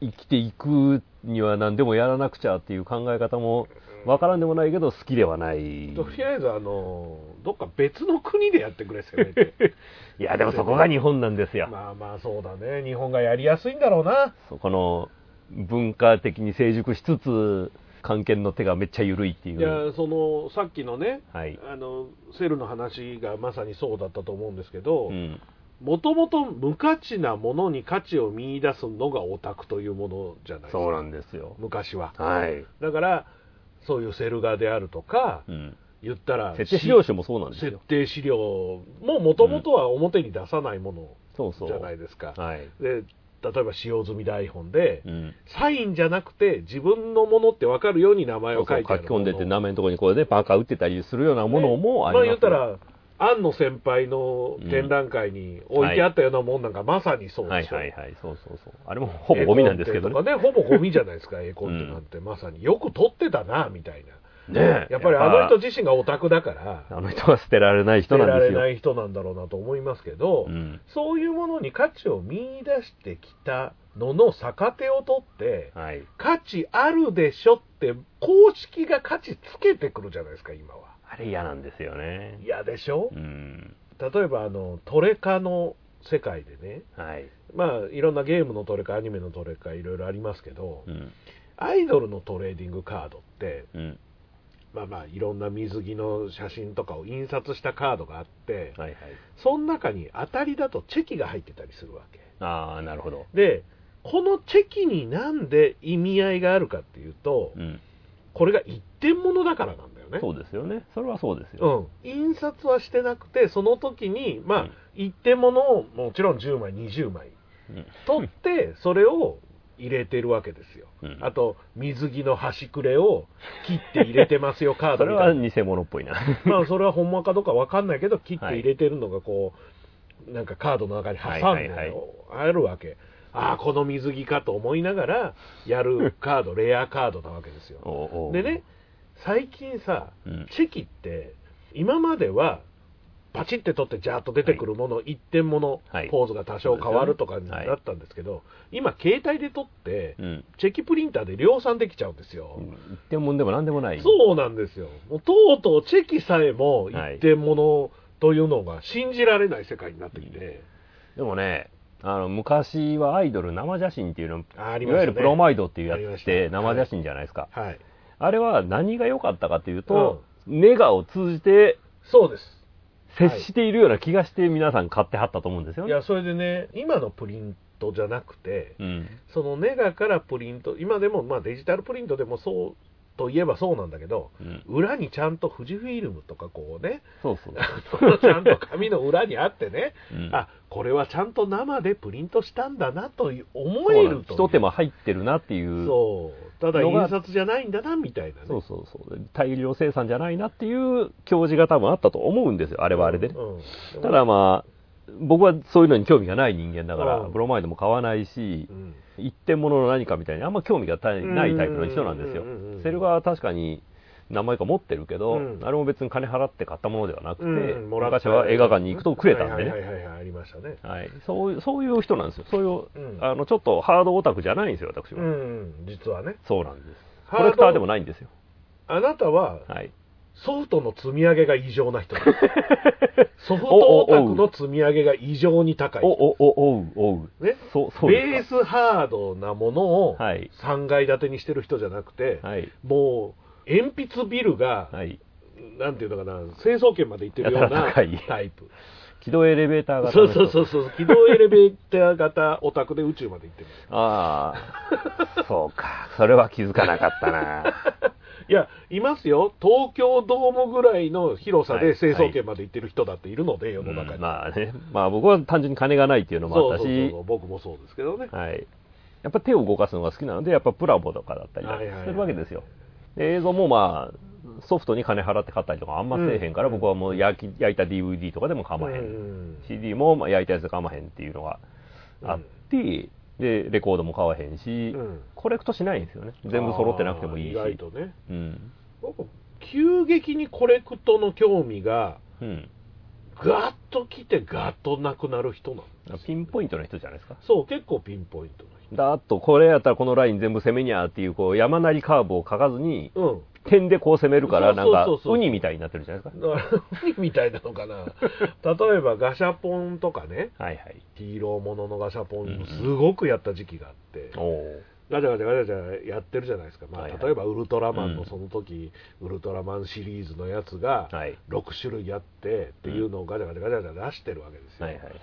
B: 生きていくには何でもやらなくちゃっていう考え方も、わからんでもないけど、好きではない。
A: とりあえずあのどっか別の国でやってくれせめて
B: [laughs] いや、でもそこが日本なんですよ。
A: まあまあそうだね日本がやりやすいんだろうな
B: そこの文化的に成熟しつつ、関係の手がめっちゃ緩いってい。
A: いうやそのさっきのね
B: はい。
A: あのセルの話がまさにそうだったと思うんですけど
B: うん。
A: もともと無価値なものに価値を見出すのがオタクというものじゃないです
B: そう
A: か
B: なんですよ。
A: 昔は、
B: はい。
A: だからそういうセル画であるとか、
B: うん。
A: 言ったら
B: 設定資料集もそうなんです
A: 設
B: よ。
A: 定資料ももともとは表に出さないもの
B: そうそう。
A: じゃないですか、
B: はい。
A: で例えば使用済み台本で、
B: うん。
A: サインじゃなくて自分のものって分かるように名前
B: そう
A: を
B: そ
A: 書
B: う
A: いてあ
B: 書
A: る
B: き込んでて、
A: もの
B: 名前のところにこうね、バーカー打ってたりするようなものもあ
A: まあ言
B: りま
A: っ
B: す
A: た
B: よ
A: ら庵野先輩の展覧会に置いてあったようなもんなんかまさにそう
B: は
A: で
B: い
A: しょ、
B: はいはい、そうそうそう。あれもほぼゴミなんですけど
A: 絵コ。
B: ね
A: ンテとかねほぼゴミじゃないですか絵コンテなんてまさによく撮ってたなみたいな
B: ねえ
A: やっぱりあの人自身がオタクだから
B: あの人は捨てられない
A: 捨
B: 人
A: て
B: なん
A: ら
B: で
A: れ
B: すよ
A: な。い人なんだろうなと思いますけど、
B: うん。
A: そういうものに価値を見出してきたのの逆手を取って、
B: はい。
A: 価値あるでしょって公式が価値つけてくるじゃないですか今は
B: あれ嫌なんですよね。
A: 嫌でしょ
B: うん。
A: 例えばあのトレカの世界でね
B: はい。
A: まあいろんなゲームのトレカアニメのトレカいろいろありますけど、
B: うん。
A: アイドルのトレーディングカードって
B: うん。
A: まあまあいろんな水着の写真とかを印刷したカードがあって、
B: はいはい。
A: その中に当たりだとチェキが入ってたりするわけ
B: ああ、なるほど。
A: でこのチェキになんで意味合いがあるかっていうと、
B: うん。
A: これが一点物だからなんだよね
B: そうですよね。それはそうですよ。
A: うん、印刷はしてなくてその時にまあ、
B: うん
A: 一点ものをもちろん10枚20枚
B: うん。
A: 取ってそれを入れてるわけですよ、
B: うん
A: あと水着の端くれを切って入れてます
B: [laughs]
A: よカー
B: そ
A: ド
B: れ
A: みた
B: はい
A: な
B: 偽物っぽいな。 [laughs]
A: まあそれは本物かどうかわかんないけど切って入れてるのがこう、なんかカードの中に挟ん
B: はいはい
A: であるわけ、ああこの水着かと思いながらやるカードレアカードなわけですよ
B: おうおう
A: でね、最近さ、
B: うん
A: チェキって、今までは、パチって取ってジャーッと出てくるもの、一点もの、
B: はい
A: ポーズが多少変わるとかになったんですけど、今、携帯で取って、
B: うん。
A: チェキプリンターで量産できちゃうんですよ。
B: 一点もんでも何でもない。
A: そうなんですよ。もうとうとうチェキさえも一点ものというのが信じられない世界になってきて、
B: でもね、あの昔はアイドル生写真っていうの、
A: ああり
B: い
A: ましたね
B: わゆるプロマイドっていう
A: あり
B: や
A: ま
B: つっ
A: した
B: て生写真じゃないですか。
A: はい。
B: あれは何が良かったかというと、ネガを通じて
A: そうです
B: 接しているような気がして皆さん買ってはったと思うんですよ
A: い
B: ね。
A: やそれでね今のプリントじゃなくて
B: うん。
A: そのネガからプリント今でもまあデジタルプリントでもそうといえばそうなんだけど
B: うん
A: 裏にちゃんと富士フィルムとかこうね [laughs]
B: そうそう。
A: ちゃんと紙の裏にあってね
B: うん
A: あこれはちゃんと生でプリントしたんだなという
B: そ
A: 思
B: う
A: え
B: なん
A: る
B: です
A: と
B: 一手間入ってるなっていう。
A: そうただ
B: のが
A: 印刷じゃないんだなみたいなね
B: そうそうそう大量生産じゃないなっていう教示が多分あったと思うんですよ、あれはあれでね、
A: うんうん
B: ただまあ、僕はそういうのに興味がない人間だから、
A: うん
B: ブロマイドも買わないし
A: う、ん
B: 一点物の何かみたいにあんま興味がたいないタイプの人なんですよ
A: うんうんうんうんうん、
B: セルガーは確かに何枚か持ってるけど、
A: うん
B: あれも別に金払って買ったものではなくて、
A: うんもらった
B: 昔は映画館に行くとくれたんでね。
A: はいはいはいはいありましたね
B: はい、そういうそういう人なんですよ、そういう、
A: うん
B: あのちょっとハードオタクじゃないんですよ、私
A: う
B: は、
A: ん実はね
B: そうなんです、
A: ハード
B: コレクターでもないんですよ、
A: あなたは
B: はい、
A: ソフトの積み上げが異常な
B: [laughs]
A: 人だソフトオタクの積み上げが異常に高い
B: おおおおうおう、
A: ね
B: そうそう
A: ベ
B: で
A: ー
B: す
A: スハードなものを
B: はい
A: 3階建てにしてる人じゃなくて、
B: かはい、
A: もう鉛筆ビルが、
B: はい、
A: なんていうのかな成層圏まで行ってるよう
B: やた
A: な
B: ら高い
A: タイ
B: [laughs]
A: プ
B: 軌道エレベーター型
A: そ
B: の
A: う
B: 人
A: そうそうそう軌道エレベーター型オタクで宇宙まで行ってる
B: ああ、そうか、それは気づかなかったな、
A: いやいますよ東京ドームぐらいの広さ
B: は
A: で
B: い
A: 成層圏まで行ってる人だっているので、世の中
B: うん
A: に、
B: まあね、 [laughs] まあ僕は単純に金がないっていうのも
A: そう
B: あった
A: そう
B: し、
A: そうそう僕もそうですけどね、
B: はい、やっぱ手を動かすのが好きなので、やっぱプラモとかだったり
A: はいはいはい
B: するわけですよ。で映像もまあソフトに金払って買ったりとかあんませえへんから、
A: うん
B: 僕はもう焼き焼いた DVD とかでも構えへん、
A: うん
B: CD もまあ焼いたやつで構えへんっていうのがあって、でレコードも買わへんし、
A: うん
B: コレクトしないんですよね全部揃ってなくてもいいし
A: あー意外とね
B: うん
A: 僕急激にコレクトの興味が
B: うん、
A: ガッと来てガッとなくなる人なの
B: ピンポイントの人じゃないですか
A: そう結構ピンポイントの
B: だーっとこれやったらこのライン全部攻めにゃーっていうこう山なりカーブを書かずに
A: 人うん
B: 点でこう攻めるからなん
A: そうそ
B: か
A: うそうそう
B: ウニみたいになってるじゃないです
A: だから [laughs] 何みたいなのかな例えばガシャポンとかね
B: かはいはい
A: ヒーローもののガシャポ
B: うんう
A: ン
B: ん
A: すごくやった時期があって、
B: おお
A: ガチャガチャガチャガチャやってるじゃないですか、まあ
B: はいはい
A: 例えばウルトラマン
B: う
A: の
B: ん
A: その時、ウルトラマンシリーズのやつが
B: はい
A: 6種類あってっていうのをガチャガチャガチャガチャ出してるわけですよ、
B: はいはいはい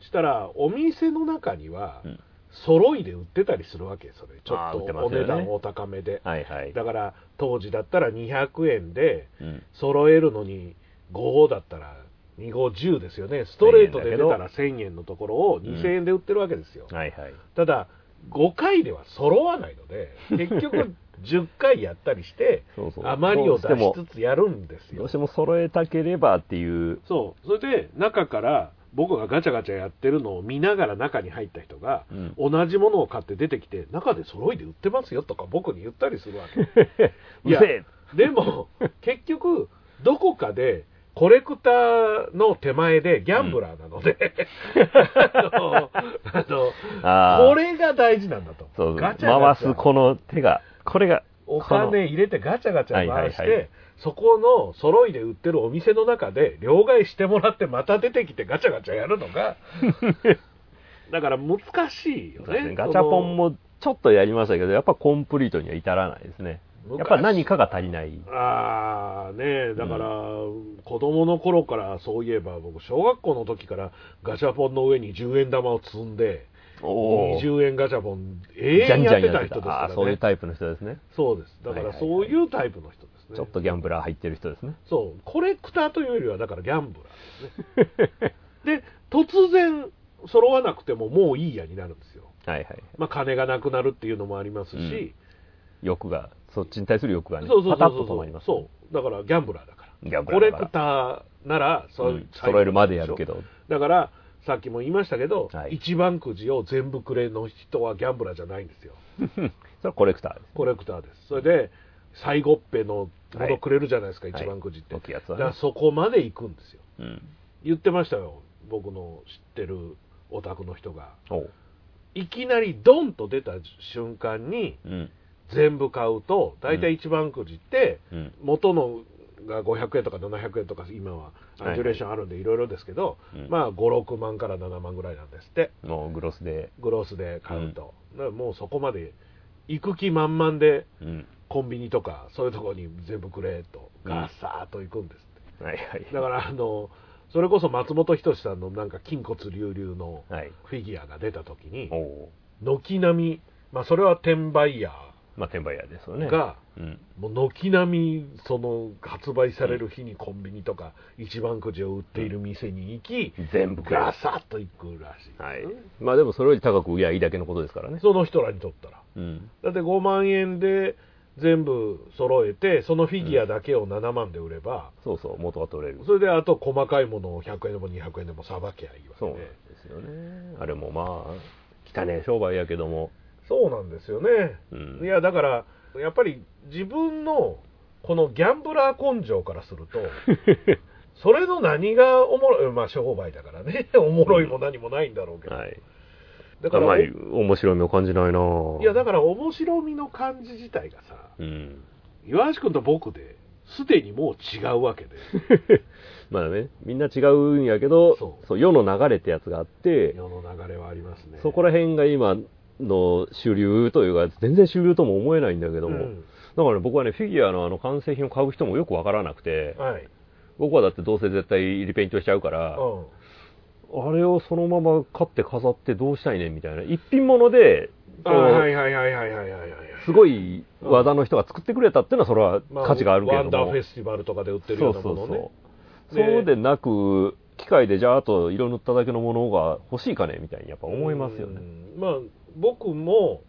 A: したらお店の中には
B: うん
A: 揃いで売ってたりするわけそれちょ
B: あー売っ
A: ってと
B: ま
A: お
B: すよね
A: 値段お高めで、
B: はいはい
A: だから当時だったら200円で
B: うん
A: 揃えるのに5号だったら2号10ですよねストレートで出たら1000円のところを2000円で売ってるわけですよ、
B: はいはい
A: ただ5回では揃わないの
B: [laughs]
A: で結局10回やったりして
B: そうそう
A: 余りを出
B: どうして
A: し
B: も
A: つつやるんです
B: ど
A: よ
B: うしても揃えたければっていう
A: そうそれで中から僕がガチャガチャやってるのを見ながら中に入った人が、
B: うん
A: 同じものを買って出てきて中で揃いで売ってますよとか僕に言ったりするわけ
B: [laughs] うるせえ
A: でも結局どこかでコレクターの手前でギャンブラーなので、 [laughs] あのあの
B: あー
A: これが大事なんだと
B: そう
A: ガ
B: 回
A: チャガチャ
B: すこの手がこれが
A: お
B: この
A: 金入れてガチャガチャ回して、
B: はいはいはい
A: そこの揃いで売ってるお店の中で両替してもらってまた出てきてガチャガチャやるの
B: [laughs]
A: がだから難しいよ
B: そうですね
A: ね
B: ガチャポン
A: も
B: もちょっとやりましたけどやっぱコンプリートには至らないですねやっぱ何かが足りない
A: ああねえだから、子供の頃からそういえば僕小学校の時からガチャポンの上に10円玉を積んで
B: おー
A: 20円ガチャポン永遠やってた人ですから
B: ああ
A: ね
B: ーそういうタイプの人ですね
A: そうですだか
B: はい
A: ら
B: はいはい
A: そういうタイプの人ですね、
B: ちょっとギャンブラー入ってる人ですね
A: そう、コレクターというよりは、だからギャンブラ
B: [laughs]
A: ーですね。で、突然、揃わなくてももういいやになるんですよ。
B: はいはい
A: まあ、金がなくなるっていうのもありますし、
B: 欲がそっちに対する欲がね
A: そうそう
B: パタ
A: そう
B: ッ
A: そ
B: と
A: う
B: 止まります
A: そう、だからギャンブラーだから。
B: ギャンブ
A: コ
B: ラー
A: レ
B: だか
A: ク
B: ら
A: ターなら、そう
B: うん揃えるまでやるけど。
A: だから、さっきも言いましたけど、
B: はい
A: 一番くじを全部くれの人はギャンブラーじゃないんですよ。
B: [laughs] それはコレクターです
A: コレクターです。それで、最後っぺのも
B: は
A: の
B: い
A: くれるじゃないですか、
B: はい
A: 一番くじって。
B: 大きいやつ
A: だ
B: は
A: か
B: ね
A: らそこまで行くんですよ。
B: うん
A: 言ってましたよ僕の知ってるオタクの人が
B: おう
A: いきなりドンと出た瞬間に
B: うん
A: 全部買うと大体一番くじって
B: うん
A: 元のが500円とか700円とか今は
B: はいはい
A: ジュレーションあるんでいろいろですけど、
B: うん
A: まあ56万から7万ぐらいなんですって
B: もうグロスで
A: グロスで買うと、だからもうそこまで行く気満々で
B: うん
A: コンビニとかそういうところに全部くれとガッサーと行くんですって、
B: はいはい
A: だからあのそれこそ松本人志さんのなんか筋骨隆々の
B: はい
A: フィギュアが出た時に
B: おお
A: 軒並み、まあ、それは転売ヤ
B: ーまあ転売屋ですよね
A: ーが、
B: うん
A: もう軒並みその発売される日にコンビニとか一番くじを売っている店に行き、
B: 全部くれ
A: ガサッと行くらしい、
B: はいまあでもそれより高く売りゃいいだけのことですからね
A: その人らにとったら
B: うん
A: だって5万円で全部揃えてそのフィギュアだけを7万で売れば、
B: そうそう元は取れる
A: それであと細かいものを100円でも200円でもさばきゃいいわ
B: そ
A: け
B: うなん
A: で
B: ですよねあれもまあ汚ね商売やけども
A: そうなんですよね、
B: うん
A: いやだからやっぱり自分のこのギャンブラー根性からする
B: [laughs]
A: とそれの何がおもろいまあ商売だからね [laughs] おもろいも何もないんだろうけど、
B: はい
A: だ
B: あ
A: か
B: ま
A: ら、
B: り面白みを感じないなぁ
A: いやだから面白みの感じ自体がさ
B: うん
A: 岩橋君と僕ですでにもう違うわけ
B: [laughs]
A: で
B: まあねみんな違うんやけど
A: そう
B: 世の流れってやつがあって
A: 世の流れはありますね
B: そこら辺が今の主流というか全然主流とも思えないんだけども、
A: うん
B: だからね僕はねフィギュアのあの完成品を買う人もよくわからなくて
A: はい、
B: 僕はだってどうせ絶対リペイントしちゃうから
A: うん
B: あれをそのまま買って飾ってどうしたいねんみたいな一品物で
A: あ
B: その
A: はいはいはいはいはいはいはい
B: すごい技の人が作ってくれたっていうのはそれ
A: ま
B: は価値があるけれども、
A: ワンダーフェスティバルとかで売ってるようなものね
B: そうそうそうそうでなく機械でじゃああと色塗っただけのものが欲しいかねみたいにやっぱ思いますよね
A: うんまあ僕も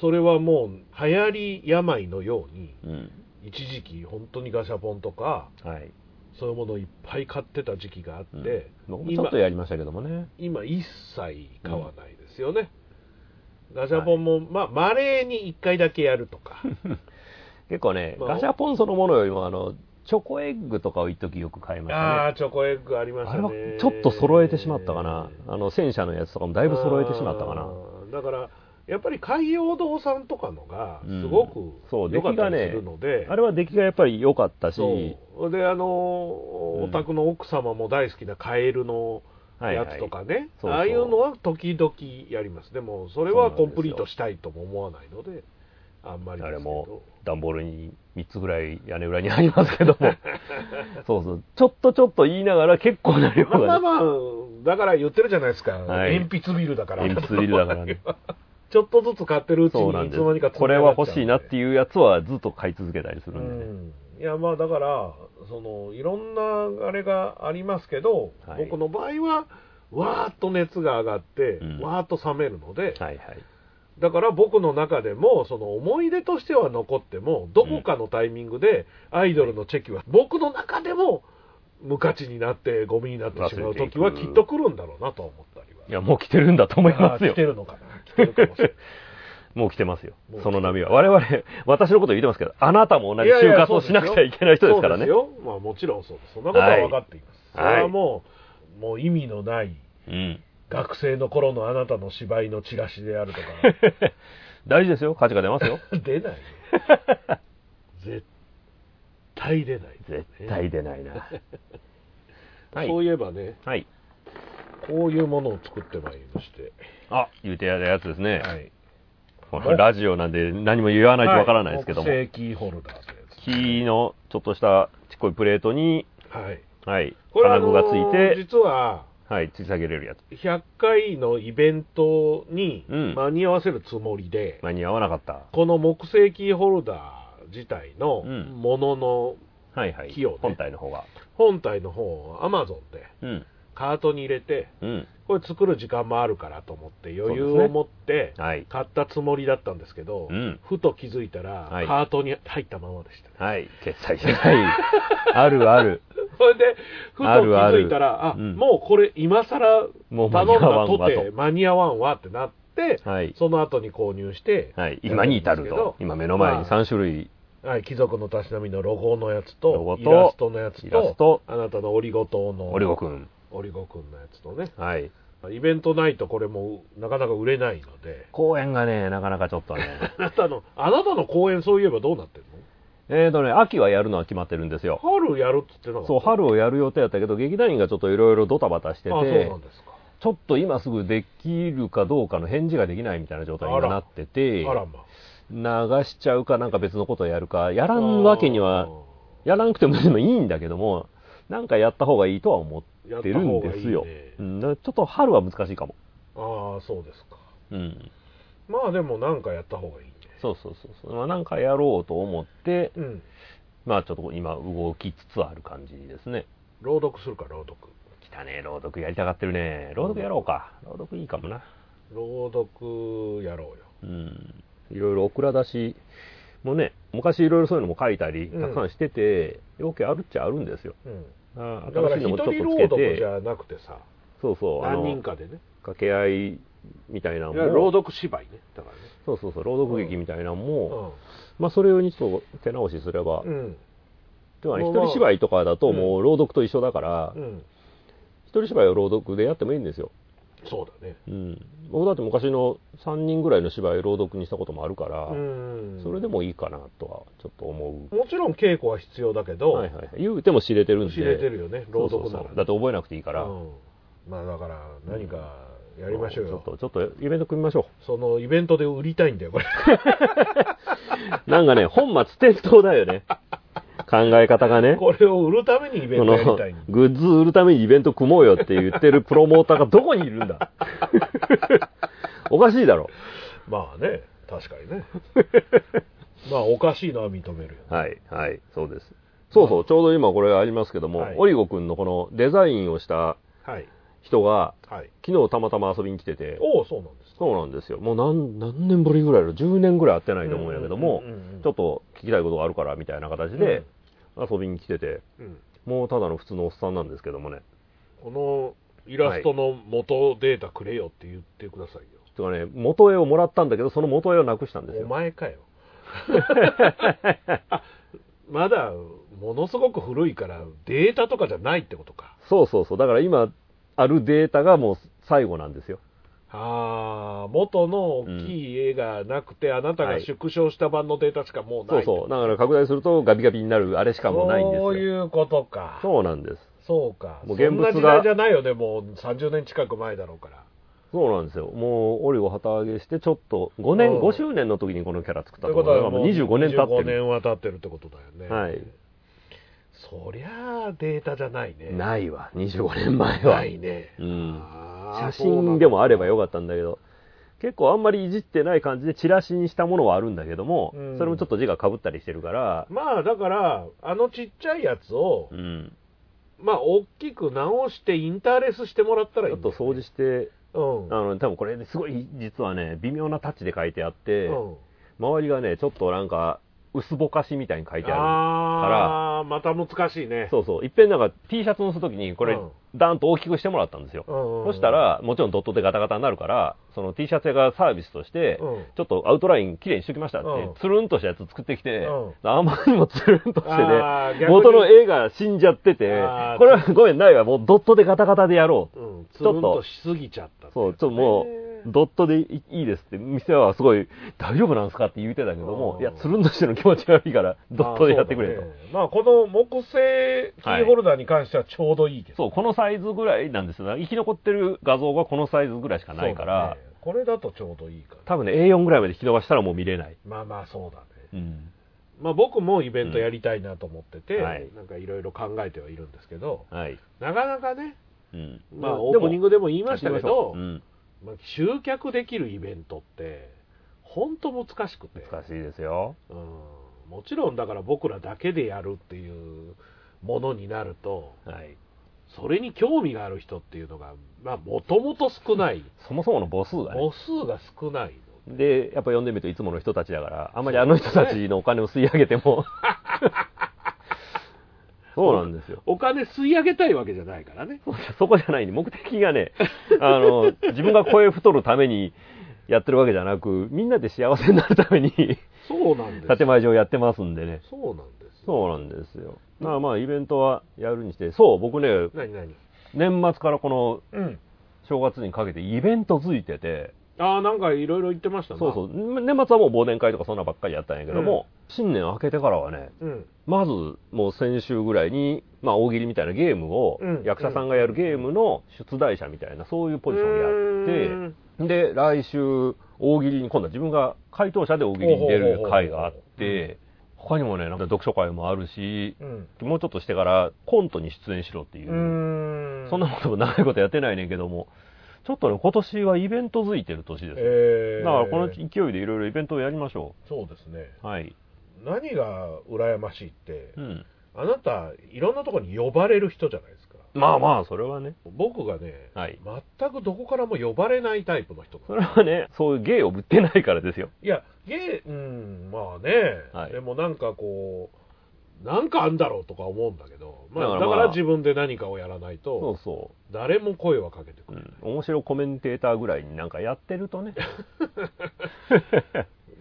A: それはもう流行り病のように
B: うん、
A: 一時期本当にガシャポンとか
B: はい、
A: そういうものをいっぱい買ってた時期があっ
B: うん
A: て、
B: 僕もちょっとやりましたけどもね
A: 今一切買わないですよね、ガシャポンも、まあまれに1回だけやると
B: [laughs]
A: か
B: 結構ね、
A: まあ
B: ガシャポンそのものよりもあのチョコエッグとかを一時よく買いました
A: あ
B: ね
A: あチョコエッグありまし
B: あ
A: た
B: れ
A: ね
B: はちょっと揃えてしまったかな、あの戦車のやつとかもだいぶ揃えてしまったか
A: あ
B: な、
A: ーだからやっぱり海洋堂さんとかのが
B: うん
A: すご
B: そう
A: く
B: 出
A: 良か
B: 来
A: った
B: が
A: り
B: ね
A: するので、
B: あれは出来がやっぱり良かったし、
A: そうであのーお宅の奥様も大好きなカエルの
B: はいは
A: や
B: い
A: つとかね、
B: そうそう
A: ああいうのは時々やりますでもそれはコンプリートしたいとも思わないのであんまりで
B: あ
A: すけ
B: れ
A: ど
B: も段ボールに3つぐらい屋根裏にありますけど
A: [laughs]
B: もそうそうちょっとちょっと言いながら結構な量
A: まあまあ
B: がね
A: まあだから言ってるじゃないですか、
B: はい
A: 鉛筆ビルだから
B: 鉛筆ビル
A: [laughs]
B: だからね
A: ちょっとずつ買ってるうち
B: そうな
A: に
B: ん
A: い
B: で
A: つ
B: す
A: の間にか
B: これは欲しいなって
A: いう
B: いうやつはずっと買い続けたりするんでね、
A: うん、いやまあだからそのいろんなあれがありますけど、
B: はい
A: 僕の場合はわーっと熱が上がって、
B: うん
A: わーっと冷めるので、
B: はいはい
A: だから僕の中でもその思い出としては残ってもどこかのタイミングでアイドルのチェキは僕の中でも無価値になってゴミになってしまう時はきっと来るんだろうなとは思ったりはい
B: やもう来てるんだと思います
A: あ [laughs] ー
B: よ
A: 来てるのかな来てるかもしれない
B: もう来てますよ
A: もう来てる
B: その波は我々私のこと言ってますけどあなたも同じ就活をしなくちゃいけない人ですからね
A: そうですよ。まあもちろんそうです。そんなことは分かっています。
B: はい
A: それはもう、もう意味のない
B: うん
A: 学生の頃のあなたの芝居のチラシであるとか、
B: 大事ですよ価値が出ます
A: [laughs]
B: よ
A: 出
B: [laughs]
A: ないよ。絶対出ない、
B: 絶対出ないな [laughs] はい
A: そういえばね、
B: はい
A: こういうものを作ってまいりまして、
B: あ言うてやるやつですね、
A: はい。
B: このラジオなんで何も言わないとわからないですけども、
A: はい木製キーホルダーのやつ
B: 木のちょっとしたちっこいプレートに、
A: はい。
B: はい、
A: これは
B: 金具がつい
A: あのー
B: て、
A: 実は、
B: はい、吊り下げれるやつ。
A: 100回のイベントに
B: うん
A: 間に合わせるつもりで、
B: 間に合わなかった。
A: この木製キーホルダー自体の
B: うん
A: ものの
B: はいはい。
A: 木をね
B: 本体の方が。
A: 本体の方を Amazon で
B: うん。
A: カートに入れて
B: うん。
A: これ作る時間もあるからと思って余裕
B: そうですね
A: を持って
B: はい。
A: 買ったつもりだったんですけど、
B: うん
A: ふと気づいたら
B: はい
A: カートに入ったままでしたね、 [laughs]
B: はい。決済じゃない。あるある。
A: それでふと気
B: あるある
A: づいたらあ
B: うん
A: もうこれ今更
B: もう間
A: 頼ん
B: に
A: だ
B: 合わん
A: と
B: わ
A: て間に合わんわってなって、
B: と。はい。
A: その後に購入して、
B: はい。今に至ると。今目の前に
A: 三
B: 3種類。
A: はい、貴族のたしなみのロゴのやつ
B: ロ
A: と
B: ゴ、と
A: イラストのやつ
B: イラス
A: と、
B: ト
A: あなたのオリゴ糖の
B: オリゴくん。
A: オリゴくんのやつとね、
B: はい。
A: イベントないとこれもなかなか売れないので、 [laughs]
B: 公演がね、なかなかちょっとね。
A: あなたの、あなたの公演そういえばどうなってん
B: [laughs] えーとね、秋はやるのは決まってるんですよ。
A: の春やるっつってなかった
B: そう、春をやる予定だったけど、劇団員がちょっといろいろドタバタしてて、
A: あ、そうなんですか。
B: ちょっと今すぐできるかどうかの返事ができないみたいな状態に今なってて、
A: あらま。
B: 流しちゃうかなんか別のことやるかやらんわけにはやらなくてもでもいいんだけどもなんかやった方がいいとは思
A: や
B: っ
A: ってた
B: るん
A: 方が
B: で
A: いい
B: すよ
A: ね
B: うんだからちょっと春は難しいかも
A: ああそうですか
B: うん
A: まあでもなんかやった方がいいね
B: そうそうそうそう、まあ、なんかやろうと思って
A: うん
B: まあちょっと今動きつつある感じですね
A: 朗読するか朗読
B: 汚ねえ朗読やりたがってるね朗読やろうか朗読いいかもな
A: 朗読やろうよ
B: うんいろいろオクラ出しもね昔いろいろそういうのも書いたり
A: うん
B: たくさんしてて、要件あるっちゃあるんですよ
A: うん
B: あ
A: だから
B: 新しい
A: 一
B: のもちょっと
A: 人
B: つ
A: 朗
B: け
A: 読
B: て
A: じゃなくてさ
B: そうそうあの
A: 何人かでね
B: 掛け合いみたいなの
A: いや朗
B: も
A: 読芝居ねだからね
B: そうそうそう朗読劇みたいなのも、
A: う
B: まあそれ用にちょっと手直しすれば、
A: んうん
B: でもね
A: ま
B: 一
A: あまあ
B: 人芝居とかだと
A: うん
B: もう朗読と一緒だから、
A: うん
B: 一人芝居を朗読でやってもいいんですよ、
A: そうだね
B: うん、僕だって昔の3人ぐらいの芝居朗読にしたこともあるから、
A: うん
B: それでもいいかなとはちょっと思
A: もちろん稽古は必要だけ
B: う、
A: ど、
B: はいはいはい、言うても知れてるんで
A: 知れてるよね朗読な
B: そうそうそ
A: ら
B: うだって覚えなくていいから、
A: うんまあだから何かやりましょうよ、
B: ちょっとちょっとイベント組みましょ
A: そのイベントで売りたいんだよこれ
B: う [laughs] なんかね本末転倒だよね考え方がね
A: これを売るためにイベン
B: そ
A: ト
B: の
A: やりたいんだよ
B: グッズ売るためにイベント組もうよって言ってるプロモーターがどこにいる
A: [laughs]
B: んだおかしいだろ
A: まあね確かに [laughs] ねまあおかしいのは認めるよ
B: はいはいそうですそうそうちょうど今これありますけども、
A: はい
B: オリゴくんのこのデザインをした
A: はい
B: 人が
A: はい
B: 昨日たまたま遊びに来てて
A: おおそうなんですね
B: そうなんですよもう何何年ぶりぐらいだろう10年ぐらい会ってないと思うんやけど
A: う
B: も、
A: んうんうんうん
B: ちょっと聞きたいことがあるからみたいな形で遊びに来てて、
A: うん
B: もうただの普通のおっさんなんですけどもね
A: このイラストの元データくれよって言ってくださいよ、
B: とかね元絵をもらったんだけどその元絵をなくしたんです
A: お
B: よ
A: 前かよ [laughs] あまだものすごく古いからデータとかじゃないってことか
B: そうそうそうだから今あるデータがもう最後なんですよ
A: ああ元の大きい絵がなくて、あなたが縮小した版のデータしかもう
B: そ
A: な
B: う
A: い
B: そうだから拡大するとガビガビになるあれしかもうないんですよ
A: そういうことか
B: そうなんです
A: そうか。
B: もう現物が
A: そんな時代じゃないよね、もう30年近く前だろうから。
B: そうなんですよもうオリゴ旗揚げしてちょっと5年
A: うん
B: 5周年の時にこのキャラ作った
A: とい
B: と
A: う
B: こ
A: こと
B: ろ
A: は
B: がも
A: も
B: う
A: う
B: 25年経って
A: 25
B: る
A: 年は経ってるってことだよね。
B: はい。
A: そりゃあデータじゃないね。い。
B: ないわ25年前は
A: ないね。
B: うん
A: あー
B: 写真でもあればよ
A: かっ
B: かったんだけど結構あんまりいじってない感じでチラシにしたものはあるんだけども、
A: うん
B: それもちょっと字がかぶったりしてるから
A: た。まあだから、あのちっちゃいやつを
B: う、ん
A: まあ大きく直してインターレスしてもらった
B: ち
A: らいい
B: ょ
A: ん
B: っ
A: だ
B: と
A: よね
B: 掃除して
A: うん。
B: あの多分これすごい実はね微妙なタッチで書いてあって、
A: うん
B: 周りがねちょっとなんか薄ぼかしみたいに書いてあ
A: あーまた難しいね
B: る。そうそういっぺんなんか T シャツのす時にこれ、
A: うん
B: ダーンと大きくしてもらったんですよ、
A: そ
B: そした、らもちろんドットでガタガタになるからその T シャツ屋がサービスとして、
A: うん
B: ちょっとアウトラインきれいにしときましたって、
A: うん
B: つるんとしたやつ作ってきて、
A: う
B: あまりにもつるんとしてね、
A: あー逆に
B: 元の絵が死んじゃってて
A: あー、
B: これはごめん、ないわ、もうドットでガタガタでやろう。
A: うん、つ
B: ちょっと
A: るんとしすぎちゃったって
B: そ
A: や
B: う、
A: つね、
B: ちょっともう、ドットでいいいですって、店はすごい、大丈夫なんすかって言うてたけども
A: う、ん
B: いや、つるんとしての気持ち悪いから、ドットでやってくれと。
A: まあそうだねまあこの木製キーホルダーに関してはちょうどいいけど、
B: そう、このサイズぐらいなんですよ。生き残ってる画像がこのサイズぐらいしかないか
A: そう
B: ら
A: だ、ねこれだとちょうどいいから
B: 多分ね、A4 ぐらいまで引き伸ばしたらもう見れない。
A: まあまあそうだね
B: うん。
A: まあ僕もイベントやりたいなと思ってて、
B: うんはい
A: なんかいろいろ考えてはいるんですけど
B: はい。
A: なかなかね
B: うん。
A: まあ
B: でも
A: オープニングでも言い
B: 言い
A: ましたけど
B: ましょううん
A: まあ、集客できるイベントって本当難しくて
B: 難しいですよ。
A: うん、もちろんだから僕らだけでやるっていうものになると
B: はい。
A: それに興味がある人っていうのがもともと少ない
B: そもそもの母数がね。
A: 母数が少ない
B: でやっぱ読んでみるといつもの人たちだからあんまりあの人たちのお金を吸い上げて [laughs] もそうなんですよ
A: お金吸い上げたいわけじゃないからね
B: そこじゃないんで目的がねあの自分が声太るためにやってるわけじゃなくみんなで幸せになるため [laughs] に
A: そうなんです
B: 建前上やってますんでね
A: そうなんです
B: そうなんですよまあまあイベントはやるにしてそう僕ね
A: 何何
B: 年末からこの
A: うん
B: 正月にかけてイベントついてて
A: ああなんかいろいろ言ってましたな
B: そうそう年末はもう忘年会とかそんなばっかりやったんやけども、新年明けてからはね
A: うん
B: まずもう先週ぐらいに、まあ、大喜利みたいなゲームを、
A: うん
B: 役者さんがやるゲームの出題者みたいなそういうポジションをやって。で来週大喜利に今度は自分が回答者で大喜利に出る会があって他にもねなんか読書会もあるし
A: うん
B: もうちょっとしてからコントに出演しろっていうう、
A: ん
B: そんなことも長いことやってないねんけどもちょっとね今年はイベントづいてる年です、
A: えー
B: だからこの勢いでいろいろイベントをやりましょ
A: そうですね
B: うはい、
A: 何が羨ましいって、
B: うん、
A: あなたいろんなところに呼ばれる人じゃないですか
B: まあまあそれはね
A: 僕がね、
B: はい
A: 全くどこからも呼ばれないタイプの人なの
B: それはねそういう芸をぶってないからですよ
A: いや、ゲー、うん、まあね、
B: はい
A: でもなんかこう、なんかあんだろうとか思うんだけど、まあ、だか
B: だかららまあ
A: 自分で何かをやらない
B: そ
A: と
B: う、そ
A: 誰も声はかけて
B: う、
A: く
B: う
A: れ
B: ん、面白コメンテーターぐらいになんかやってる
A: [laughs]
B: とね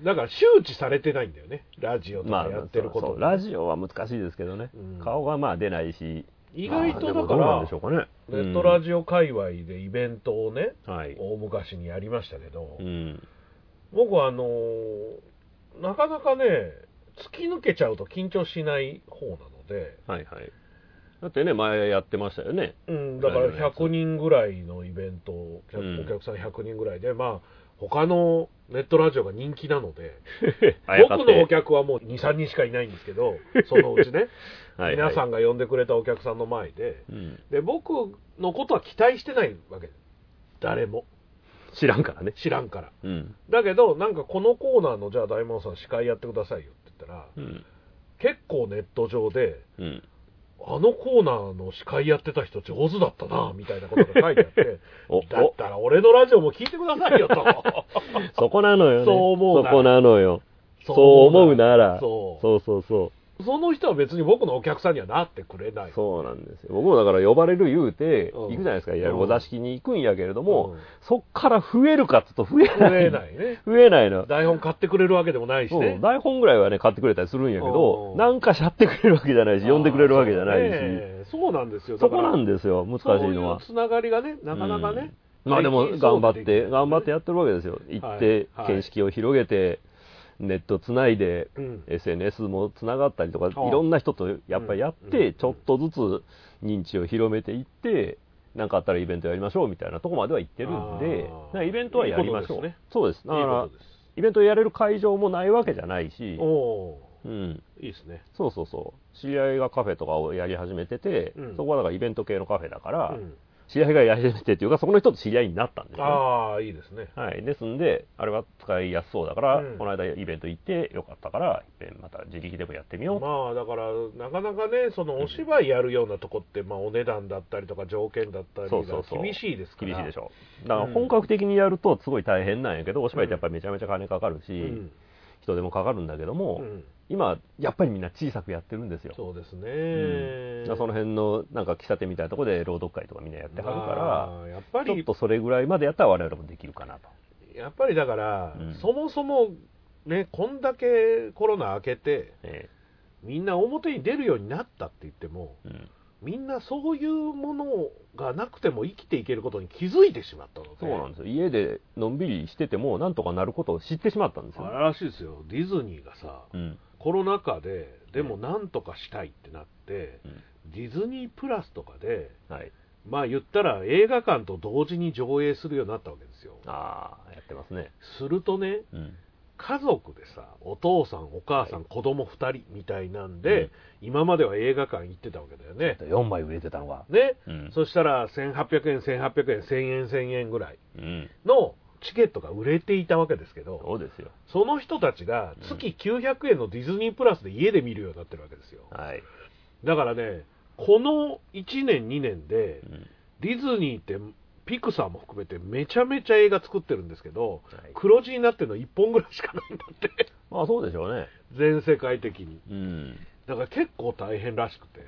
A: だから周知されてないんだよね、ラジオと
B: ま
A: か
B: あ
A: やってるこ
B: そう
A: と
B: そう
A: に、
B: ラジオは難しいですけどね、
A: うん
B: 顔がまあ出ないし
A: 意外と
B: まあで
A: だ
B: も
A: か
B: どう
A: ら、
B: なんでしょうかね
A: ネットラジオ界隈でイベントをね、
B: オ、うんはい、
A: 大昔にやりましたけど、
B: うん、
A: 僕はあのーなかなかね、突き抜けちゃうと緊張しない方なので、
B: はいはいだってね前やってましたよね
A: うん、だから100人ぐらいのイベント、お客
B: うん
A: お客さん100人ぐらいで、まあ、他のネットラジオが人気なので、
B: [laughs] あやかって
A: 僕のお客はもう2、3人しかいないんですけ
B: [laughs]
A: ど、そのうちね、
B: はいはい
A: 皆さんが呼んでくれたお客さんの前で
B: うん、
A: で、僕のことは期待してないわけ、誰も、
B: 知らんからね
A: 知らんから。
B: うん、
A: だけど、なんかこのコーナーの、じゃあ、大門さん、司会やってくださいよって言ったら、
B: うん
A: 結構ネット上で、
B: うん、
A: あのコーナーの司会やってた人上手だったな、みたいなことが書いてあって、
B: [laughs] お
A: だったら俺のラジオも聞いてくださいよと。
B: おそこなのよね
A: そう思うな
B: そこなのよ [laughs] そう思うなら
A: そう
B: そうそうそう
A: その人は別に僕のお客さんにはなってくれない。
B: そうなんですよ僕もだから呼ばれる言うて
A: うん
B: 行くじゃないですかいや
A: うん
B: お座敷に行くんやけれど
A: う
B: も、
A: ん
B: そっから増えるかっつうと増えない
A: 増えない
B: [laughs]
A: ね。
B: 増えないの
A: 台本買ってくれるわけでもないし
B: そう
A: ね。
B: 台本ぐらいはね買ってくれたりするんやけ
A: う
B: ど
A: ん
B: なんかしゃってくれるわけじゃないし呼んでくれるわけじゃないし
A: あーそうねそうなんですよ。
B: そこなん
A: で
B: ですよ難しいのは
A: そういうつながりがね、なかなかね。
B: うんまあでも
A: 最近
B: 頑張っ
A: そうで
B: て
A: きる
B: 頑張ってやってるわけですよ行って
A: はい
B: 見識を広げてネットつないで
A: うん。
B: SNS もつながったりとかい
A: ああ
B: ろんな人とやっぱりやっ
A: うんう
B: て
A: ん
B: ちょっとずつ認知を広めていって何かあったらイベントやりましょうみたいなとこまでは行ってるんで
A: ああ
B: だからイベントはやりましょう
A: いいことですね
B: そうで
A: い
B: す
A: い
B: だから
A: ことです。
B: イベントやれる会場もないわけじゃないし、
A: おお
B: うん、
A: ー、いいですね。
B: そうそうそう知り合いがカフェとかをやり始めてて、
A: うん
B: そこはだからイベント系のカフェだから、
A: うん
B: 知り合いがやり始めてっていうかそこの人と知り合いになったんですよね、
A: ああ、いいですね。
B: はい、ですんであれは使いやすそうだから、
A: うん
B: この間イベント行ってよかったからいっぺんまた自力でもやってみよう、
A: まあだからなかなかねそのお芝居やるようなとこって、まあお値段だったりとか条件だったり
B: そうそうそ
A: が
B: う
A: 厳しいですから
B: 厳しいでし
A: ょ
B: ょだから本格的にやるとすごい大変なんやけどお芝居ってやっぱりめちゃめちゃ金かかるし、
A: うん
B: 人手もかかるんだけども、
A: うん
B: 今やっぱりみんな小さくやってるんですよ
A: そうですね、
B: うんだからその辺のなんか喫茶店みたいなところで朗読会とかみんなやってはるから、
A: まあやっぱ
B: ちょっ
A: り
B: とそれぐらいまでやったら我々もできるかなと。
A: やっぱりだから、
B: うん
A: そもそもねこんだけコロナ明けて
B: え
A: みんな表に出るようになったって言っても
B: えうん
A: みんなそういうものがなくても生きていけることに気づいてしまったので
B: そうなんですよ家でのんびりしててもなんとかなることを知ってしまったんですよ、
A: あれらしいですよディズニーがさ
B: うん
A: コロナ禍ででもなんとかしたいってなって、
B: うん
A: ディズニープラスとかで
B: はい、
A: まあ言ったら映画館と同時に上映するようになったわけですよ
B: ああやってますね、
A: するとね
B: うん
A: 家族でさお父さんお母さん、
B: は
A: 子供2人みたいなん
B: う
A: で
B: ん、
A: 今までは映画館行ってたわけだよね
B: 4枚売れてたのが、
A: ね、
B: うん
A: そしたら1800円1800円1000円1000円ぐらい
B: うん、
A: のチケットが売れていたわけですけ
B: そ
A: ど
B: うですよ
A: その人たちが月900円のディズニープラスで家で見るようになってるわけですよ
B: はい、
A: だからね、この1年、2年で
B: う、ん
A: ディズニーって、ピクサーも含めて、めちゃめちゃ映画作ってるんですけど、
B: はい
A: 黒字になってるの1本ぐらいしかないんだって、
B: まあそうでしょうね
A: 全世界的に。
B: うん
A: だから結構大変らしくて、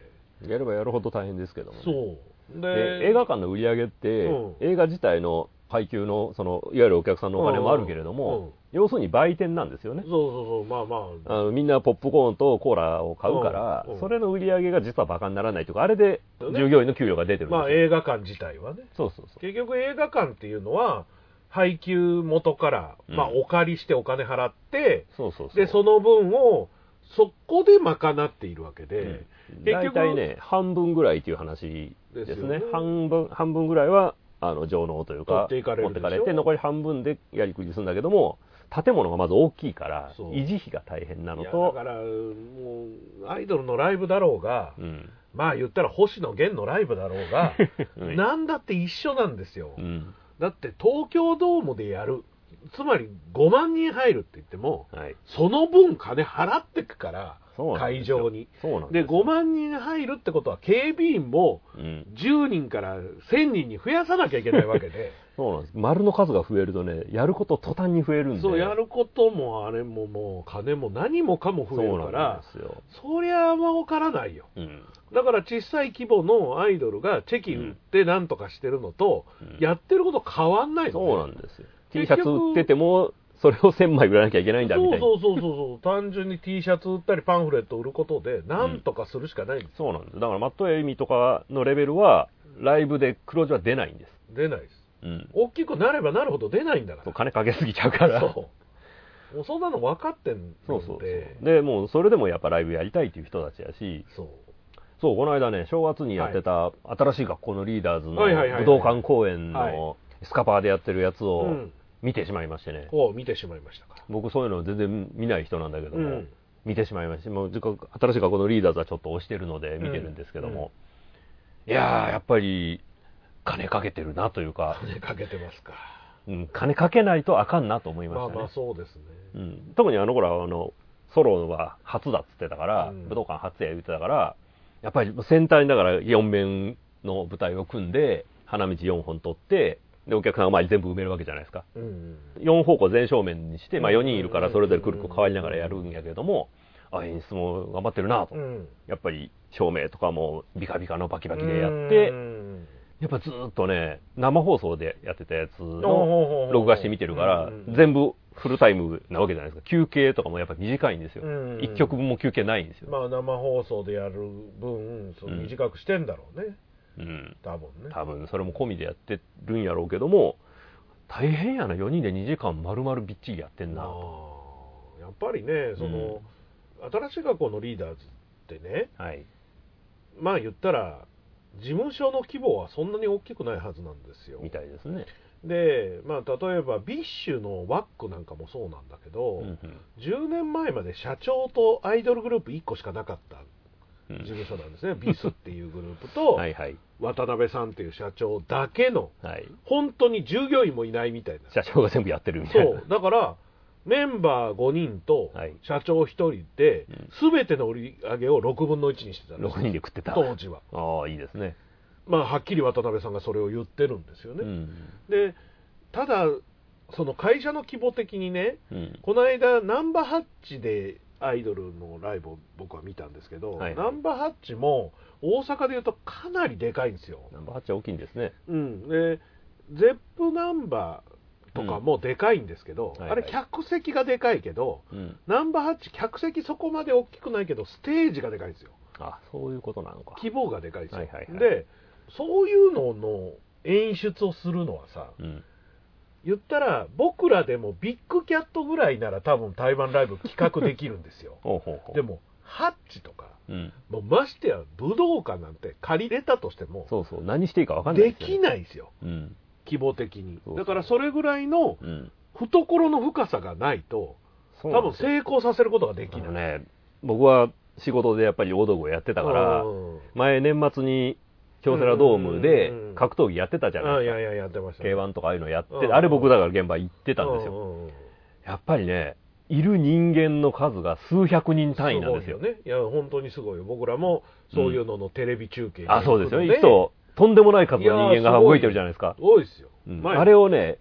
B: やればやるほど大変ですけどもね、
A: そう。
B: で映画館の売り上げって、
A: うん
B: 映画自体の配給のそのいわゆるお客さんのお金もあるけれども、
A: うんうん
B: 要するに売店なんですよね
A: そうそうそう、まあまあ、
B: あのみんなポップコーンとコーラを買うから、
A: うんうん
B: それの売り上げが実はバカにならないというかあれで
A: そうね
B: 従業員の給料が出てるんですよ、
A: まあ映画館自体はね。
B: そうそうそう
A: 結局映画館っていうのは、配給元から、まあ
B: うん
A: お借りしてお金払って、
B: そうそうそう
A: でその分をそこで賄っているわけで、
B: うん
A: 結
B: 大
A: 局
B: 体ね、半分ぐらいっていう話ですね。
A: ですよね
B: 半分、半分ぐらいは、あの、上納というか、
A: 持っていかれる
B: 持
A: でしょ
B: て、残り半分でやりくりするんだけども、建物がまず大きいから、
A: そう
B: 維持費が大変ないの
A: や
B: と
A: だ、からもうアイドルのライブだろうが、
B: うん。
A: まあ言ったら星野源のライブだろう
B: [laughs]
A: が
B: うん
A: なんだって一緒なんですよ、
B: うん。
A: だって東京ドームでやるつまり5万人入るって言っても
B: はい。
A: その分金払ってくから
B: そうなんで
A: 会
B: すよ
A: 場に
B: そうなん
A: で
B: ですよ
A: 5万人入るってことは警備員も
B: うん。
A: 10人から1000人に増やさなきゃいけないわけ
B: [laughs]
A: で
B: そうなんです。丸の数が増えるとね、やること途端に増えるんで。
A: そうやることもあれももう金も何もかも増えるか
B: そうなん
A: ら
B: ですよ。
A: そりゃ儲からないよ
B: うん。
A: だから小さい規模のアイドルがチェキ売ってなんとかしてるのと、
B: うん
A: やってること変わんないのね、
B: そうなんですよ。T
A: 結
B: シャ
A: 局
B: ツ売ってても、それを1000枚売らなきゃいけないんだみたいな。
A: そうそうそうそうそう単純に T シャツ売ったりパンフレット売ることでなんとかするしかないんです、
B: そうなんです。だから、マットエミとかのレベルは、ライブで黒字は出ないんです。
A: 出ないです
B: うん。
A: 大きくなればなるほど出ないんだか
B: そ
A: ら
B: う金かけすぎちゃうから。
A: そうもうそんなの分かってんので
B: そうそうそうで、もうそれでもやっぱライブやりたいっていう人たちやし、
A: そう
B: そう、この間ね、正月にやってた、新しい学校のリーダーズの
A: はいはいはいはい
B: 武道館公演
A: は
B: のスカパーでやってるやつ
A: う
B: を
A: ん
B: 見てしまいましてね。
A: こう見てしまいましたから
B: 僕そういうの全然見ない人なんだけども、
A: うん
B: 見てしまいまして、もう自己新しい学校のリーダーズはちょっと推してるので見てるんですけども、いやー、やっぱり、金かけてるなとい
A: [laughs]
B: うか、
A: 金かけてますか
B: うん、金かけないとあかんなと思いま
A: ま
B: し
A: あ
B: たね。
A: まあそうですね、
B: うん、特にあの頃はあのソロは初だっつってたから、
A: うん
B: 武道館初や言ってたからやっぱり先端だから4面の舞台を組んで花道4本取ってでお客さんが前に全部埋めるわけじゃないですか
A: うんうん
B: 4方向全正面にして、まあ、
A: うん
B: 4人いるからそれぞれくるくる変わりながらやるんやけども、あ演出も頑張ってるなと、
A: うん
B: やっぱり照明とかもビカビカのバキバキでやって、
A: うん
B: やっぱずーっとね生放送でやってたやつの
A: の
B: 録画して見てるから、全部フルタイムなわけじゃないですか。休憩とかもやっぱ短いんですよ。
A: うん
B: 一曲分も休憩ないんですよ。
A: まあ生放送でやる分その
B: うん
A: 短くしてんだろうね、
B: うん。
A: 多分ね
B: 多分、それも込みでやってるんやろうけども、大変やな、4人で2時間丸々びっちりやってん
A: な
B: な
A: あ
B: と。
A: やっぱりねその、新しい学校のリーダーズってね
B: はい。
A: まあ言ったら事務所の規模はそんなに大きくないはずなんですよ
B: みたいですね。
A: でまあ例えばビッシュのワックなんかもそうなんだけど、
B: うん
A: 10年前まで社長とアイドルグループ1個しかなかった
B: うんう
A: 事
B: ん
A: 務所なんですね、ビスっていうグループと、
B: [laughs] はいはい。
A: 渡辺さんっていう社長だけの
B: はい。
A: 本当に従業員もいないみたいな
B: 社長が全部やってるみたい
A: そ
B: な
A: う。だからメンバー5人と
B: はい
A: 社長1人で
B: うん
A: 全ての売り上げを6分の1にしてたんです
B: 6人で食ってた。
A: 当時は
B: ああ、いいですね。
A: まあはっきり渡辺さんがそれを言ってるんですよ
B: う
A: ね、
B: ん。
A: でただその会社の規模的にね
B: うん。
A: この間ナンバーハッチでアイドルのライブを僕は見たんですけど、
B: はいはい
A: ナンバーハッチも大阪でいうとかなりでかいんですよ、
B: ナンバー8は大きいんですね。
A: うん、で、ゼップナンバーとかもでかいんですけど、
B: うんはい
A: あ
B: はい
A: れ、客席がでかいけど、
B: うん。
A: ナンバー8、客席そこまで大きくないけど、ステージがでかいんですよ、
B: あ、そういうことなのか。
A: 規模がでかいんですよ、
B: はいはいはい
A: で、そういうのの演出をするのはさ、
B: うん。。
A: 言ったら、僕らでもビッグキャットぐらいなら、多分台湾ライブ企画できるんですよ
B: [laughs] ほうほうほう。
A: で、も、ハッチとか、
B: うん。
A: もうましてや武道館なんて借りれたとしても、
B: そうそう。何していいかわかんない
A: で
B: ですよ
A: き
B: ね。
A: ないですよ、
B: うん。
A: 規模的に
B: そうそう。
A: だからそれぐらいの
B: うん。
A: 懐の深さがないと、
B: そうな
A: 多
B: んで
A: 分
B: すよ
A: 成功させることができ
B: あの
A: ない。
B: ね、僕は仕事でやっぱり大道具をやってたから
A: う、ん
B: 前年末に京セラドームで
A: うん
B: 格闘技やってたじゃ
A: あ
B: ないいで
A: や
B: す
A: いや、やってまし
B: か。
A: たね。
B: K1 とかああいうのやっ
A: う
B: て、
A: ん
B: あれ僕だから現場行ってたんです
A: う
B: よ。
A: んうんうん
B: やっぱりね、いる人間の数が数百人単位なんですよ。
A: すごいね。いや、本当にすごいよ。僕らも、そういうののテレビ中継、
B: あ、そうですよ。一頭、とんでもない数の人間が動いてるじゃないですか。
A: 多いですよ。
B: うん
A: 前
B: あれをね、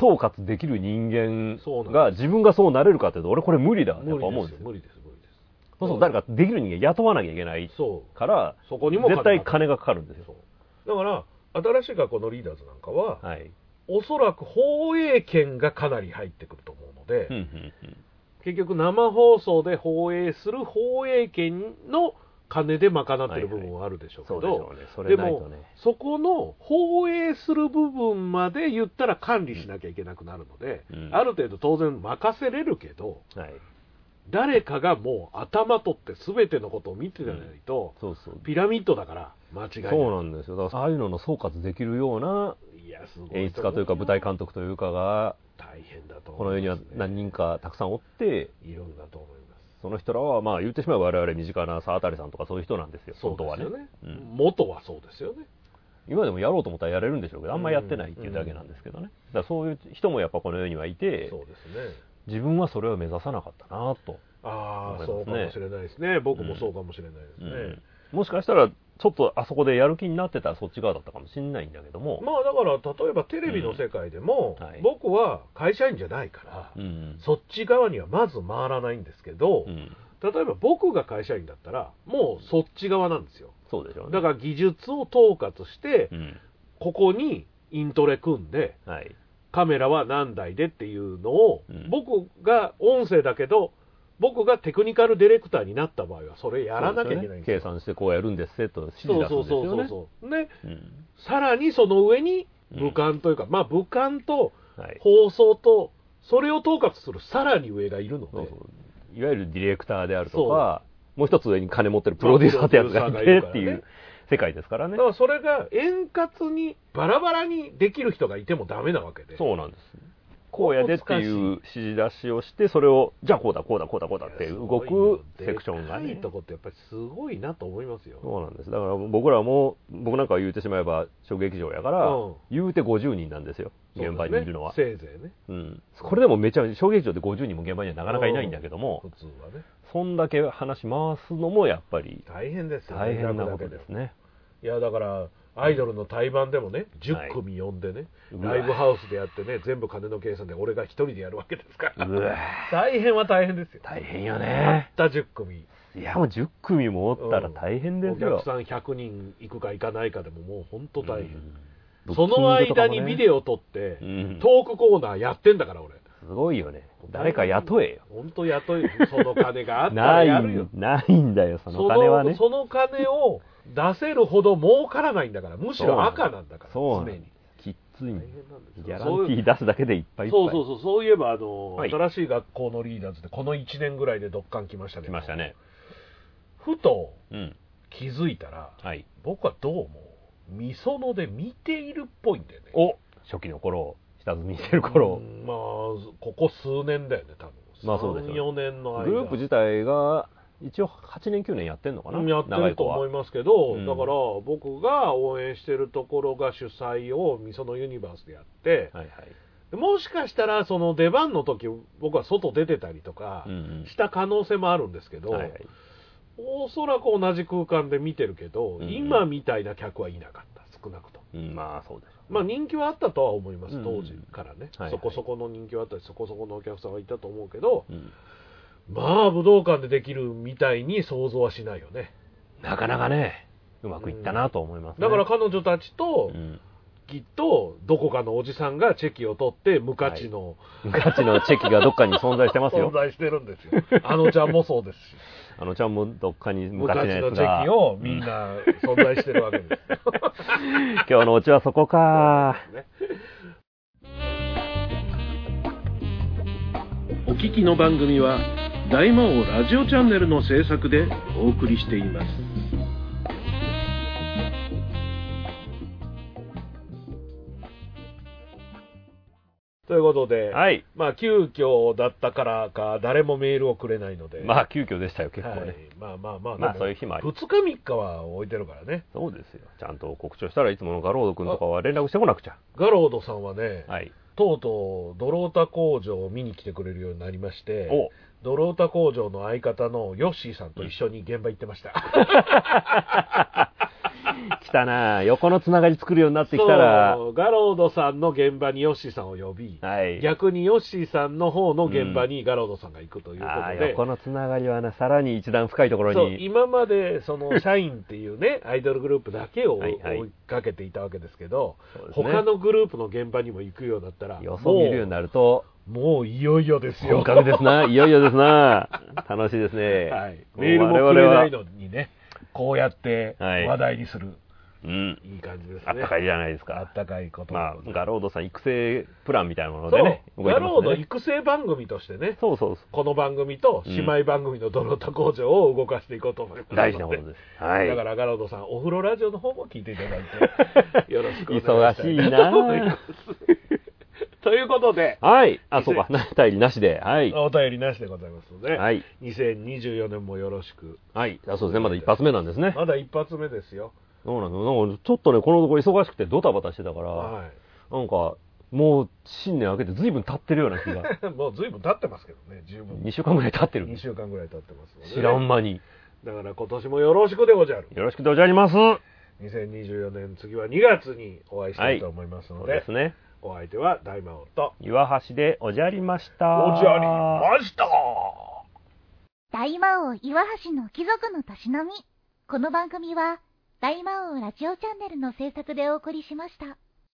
B: 統括できる人間
A: そうなん
B: が
A: で
B: 自分がそうなれるかっていうと、俺これ無理だってやっぱ
A: 無
B: 思
A: 理
B: う
A: で
B: んです
A: よ。
B: すよ。
A: 無理です、無理です。
B: そうそう、誰かできる人間雇わなきゃいけない
A: そう。
B: から、
A: そこにも
B: 絶対
A: がかる
B: 金がかかるんですよ。
A: そうだから、新しい学校のリーダーズなんかは、
B: はい。
A: おそらく放映権がかなり入ってくると思うので、
B: うんうんうん
A: 結局生放送で放映する放映権の金で賄ってる部分はあるでしょうけ
B: そう
A: ど、
B: でしょうね。それないと
A: で
B: ね
A: も。そこの放映する部分まで言ったら管理しなきゃいけなくなるので、
B: うん
A: ある程度当然任せれるけど
B: はい。
A: 誰かがもう頭取って全てのことを見てないと、
B: そうそう
A: ピラミッドだから間違いない
B: そうなんですよだからああいうのの総括できるようない
A: やすごい
B: 演出家というか舞台監督というかが
A: 大変だと思
B: この世には何人かたくさんおって
A: いるんだと思います
B: その人らはまあ言ってしまえば我々身近な沢渡さんとかそういう人なんですよ
A: そう
B: 本
A: で
B: 当は
A: す
B: ね
A: よね、
B: うん
A: 元はそうですよね
B: 今でもやろうと思ったらやれるんでしょうけどあんまやってないっていうだけなんですけどねだからそういう人もやっぱこの世にはいて
A: そうですね
B: 自分はそれを目指さなかったなと、
A: ああ、そ
B: 思
A: う
B: い
A: か
B: ますね
A: もしれないですね僕もそうかもしれないです
B: う
A: ね、
B: んもしかしたらちょっとあそこでやる気になってたらそっち側だったかもしれないんだけども、
A: まあだから例えばテレビの世界でも、
B: うんはい
A: 僕は会社員じゃないから、
B: うん
A: そっち側にはまず回らないんですけど、
B: うん
A: 例えば僕が会社員だったらもうそっち側なんですよ
B: そうでしょうね
A: だから技術を統括して、
B: うん
A: ここにイントレ組んで
B: はい
A: カメラは何台でっていうのを、
B: うん
A: 僕が音声だけど僕がテクニカルディレクターになった場合はそれやらなきゃいけないんです
B: 計
A: よ
B: 算してこうやるんですってと指示
A: そう
B: 出す
A: そ
B: ん
A: う
B: です
A: そう
B: よ
A: そうそ
B: ね
A: うね
B: うん
A: さらにその上に武漢というか、まあ武漢と
B: はい
A: 放送とそれを統括するさらに上がいるので
B: そうそういわゆるディレクターであるとかもう一つ上に金持ってるプロデューサーってやつがい
A: プロデュー
B: て
A: サーがいるか
B: っ
A: らね
B: ていう世界ですからね
A: だからそれが円滑にバラバラにできる人がいてもダメなわけで
B: そうなんですこうやでっていう指示出しをしてそれをじゃあこうだこうだこうだこうだって動くセクションが
A: いやすごいよでか
B: ね
A: いとこってやっぱりすごいなと思いますよ
B: そうなんですだから僕らも僕なんかは言うてしまえば小劇場やから、
A: うん
B: 言うて50人なんですよ
A: そうだ
B: 現場にいるのは、
A: ね、せいぜいね
B: うん、これでもめちゃめちゃ小劇場で50人も現場にはなかなかいないんだけども、
A: 普通はね
B: そんだけ話回すのもやっぱり
A: 大変ですよね
B: 大変なことですね
A: いやだからアイドルの対バンでもね
B: はい
A: 10組呼んでね、
B: うわ
A: ライブハウスでやってね全部金の計算で俺が一人でやるわけですか
B: う
A: ら
B: わ
A: 大変は大変ですよ
B: 大変よね
A: たった10組
B: いやもう10組もおったら大変です
A: うんお
B: よ
A: 客、さん100人行くか行かないかでももう本当大変、
B: うん
A: その間にビデオ撮って、
B: うん
A: トークコーナーやってんだから俺
B: すごいよね誰か雇えよ
A: 本当雇いその金があった
B: な
A: ら
B: い
A: やるよ
B: ないんだよその金はね
A: そのその金を出せるほど儲からないんだからむしろ赤なんだから
B: そうなん
A: 常
B: です
A: に
B: きっつい
A: 大変
B: ん
A: なんですよ
B: ギャランティー出すだけでいっぱいいっぱい
A: そうそうそうそういえばあの、
B: はい
A: 新しい学校のリーダーズでこの1年ぐらいでドッカン来ましたけど
B: 来ましたね
A: ふと
B: うん
A: 気づいたら
B: はい
A: 僕はどうもみそので見ているっぽいんだよね
B: お初期の頃下積みしてる頃
A: うんまあここ数年だよね多分
B: まあそうでしょう
A: 34年の間
B: グループ自体が一応8年9年やってんのかな
A: うんやって
B: 長
A: る
B: い
A: と
B: 子
A: 思い
B: は
A: ますけど、
B: うん
A: だから僕が応援してるところが主催をみそのユニバースでやって、
B: はいはい
A: もしかしたらその出番の時僕は外出てたりとか
B: うんうん
A: した可能性もあるんですけど、
B: はいはい
A: おそらく同じ空間で見てるけど、
B: うん
A: 今みたいな客はいなかった少なくとも
B: うんまあそうでしょう
A: まあ人気はあったとは思います
B: うん
A: 当時からね、
B: はいはい
A: そこそこの人気はあったりそこそこのお客さんはいたと思うけど
B: うん
A: まあ武道館でできるみたいに想像はしないよね
B: なかなかねうまくいったなと思いますね
A: だから彼女たちと
B: うん
A: きっとどこかのおじさんがチェキを取って無価値の
B: ガチのチェキがどっかに存在してます
A: 存
B: よ
A: 在してるんですよあのちゃんもそう
B: [laughs]
A: ですし
B: あのちゃんもどっかに
A: 無
B: 昔
A: 価
B: の
A: 値の
B: やつ
A: チェ
B: が
A: キをみんな存在してるわけですよ
B: 今日のオチはそこか
C: お聞きの番組は大魔王ラジオチャンネルの制作でお送りしています
A: ということで、
B: はい
A: まあ急遽だったからか誰もメールをくれないので
B: まあ急遽でしたよ結
A: は
B: 構
A: い
B: ね、
A: まあまあまあ、
B: まあそういう日もあり
A: 2日3日は置いてるからね
B: そうですよちゃんと告知をしたらいつものガロード君とかは連絡してこなくちゃ
A: ガロードさんはね、
B: はい
A: とうとうドロータ工場を見に来てくれるようになりまして
B: お
A: ドロータ工場の相方のヨッシーさんと一緒に現場行ってました、
B: [laughs] 来たなあ横のつながり作るようになってきたら
A: そうガロードさんの現場にヨッシーさんを呼び、
B: はい
A: 逆にヨッシーさんの方の現場にガロードさんが行くというこ
B: ああ
A: とで、
B: 横のつながりはなさらに一段深いところ
A: そう
B: に
A: 今までそ
B: [laughs]
A: の社員っていうねアイドルグループだけを
B: はいはい
A: 追いかけていたわけですけど、
B: そうですね
A: 他のグループの現場にも行くようになったら
B: よそ見るようになる
A: も
B: と
A: うもういよいよですよ
B: 本格です
A: [laughs]
B: ないよいよですな楽しいですね、
A: はい、
B: もう
A: メールも
B: 我
A: くれ
B: 々
A: な
B: はい
A: のにねこうやって
B: はい
A: 話題にする、
B: うん。
A: いい感じですね。
B: あったかいじゃないです
A: あ
B: か
A: っ。たかいことで
B: まあ
A: ござい、ます
B: ガロードさん育成プランみたいなもの
A: そう、
B: でね、動い
A: ガ
B: てま
A: ロー
B: す
A: の
B: ね。
A: 育成番組としてね、
B: そうそうそ
A: この番組と姉妹番組のドロッタ工場を動かしていこうと思います、
B: う。大事なことです。は
A: だか
B: い。
A: らガロードさん、お風呂ラジオの方も聞いていただい
B: [laughs]
A: て、よろしくお願いしたいなと思います。ということで、
B: はい。あ、そうか。 [laughs] な、頼りなしで。はい。
A: お便りなしでございますので、
B: はい。
A: 2024年もよろしく。
B: はい。あ、そうですね。まだ一発目なんですね。
A: まだ一発目ですよ。
B: そうなんですよなんかちょっとね、このところ忙しくてドタバタしてたから、
A: は
B: なんか、もう新年明けて随分経ってるような気
A: [laughs] い。
B: が。
A: もう随分経ってますけどね、十分。
B: 2週間ぐらい経ってるん
A: 2
B: です。
A: 週間ぐらい経ってますのでね、
B: 知らん間に。
A: だから今年もよろしくでござる。
B: よろしくお願いします。そ
A: 2024年次は2月にお会いしたいと思いますの
B: う
A: で、
B: ですね。
A: お相手は大魔王と
B: 岩橋でおじゃりました。
A: おじゃりました
D: 大魔王岩橋の貴族のたしなみ。この番組は大魔王ラジオチャンネルの制作でお送りしました。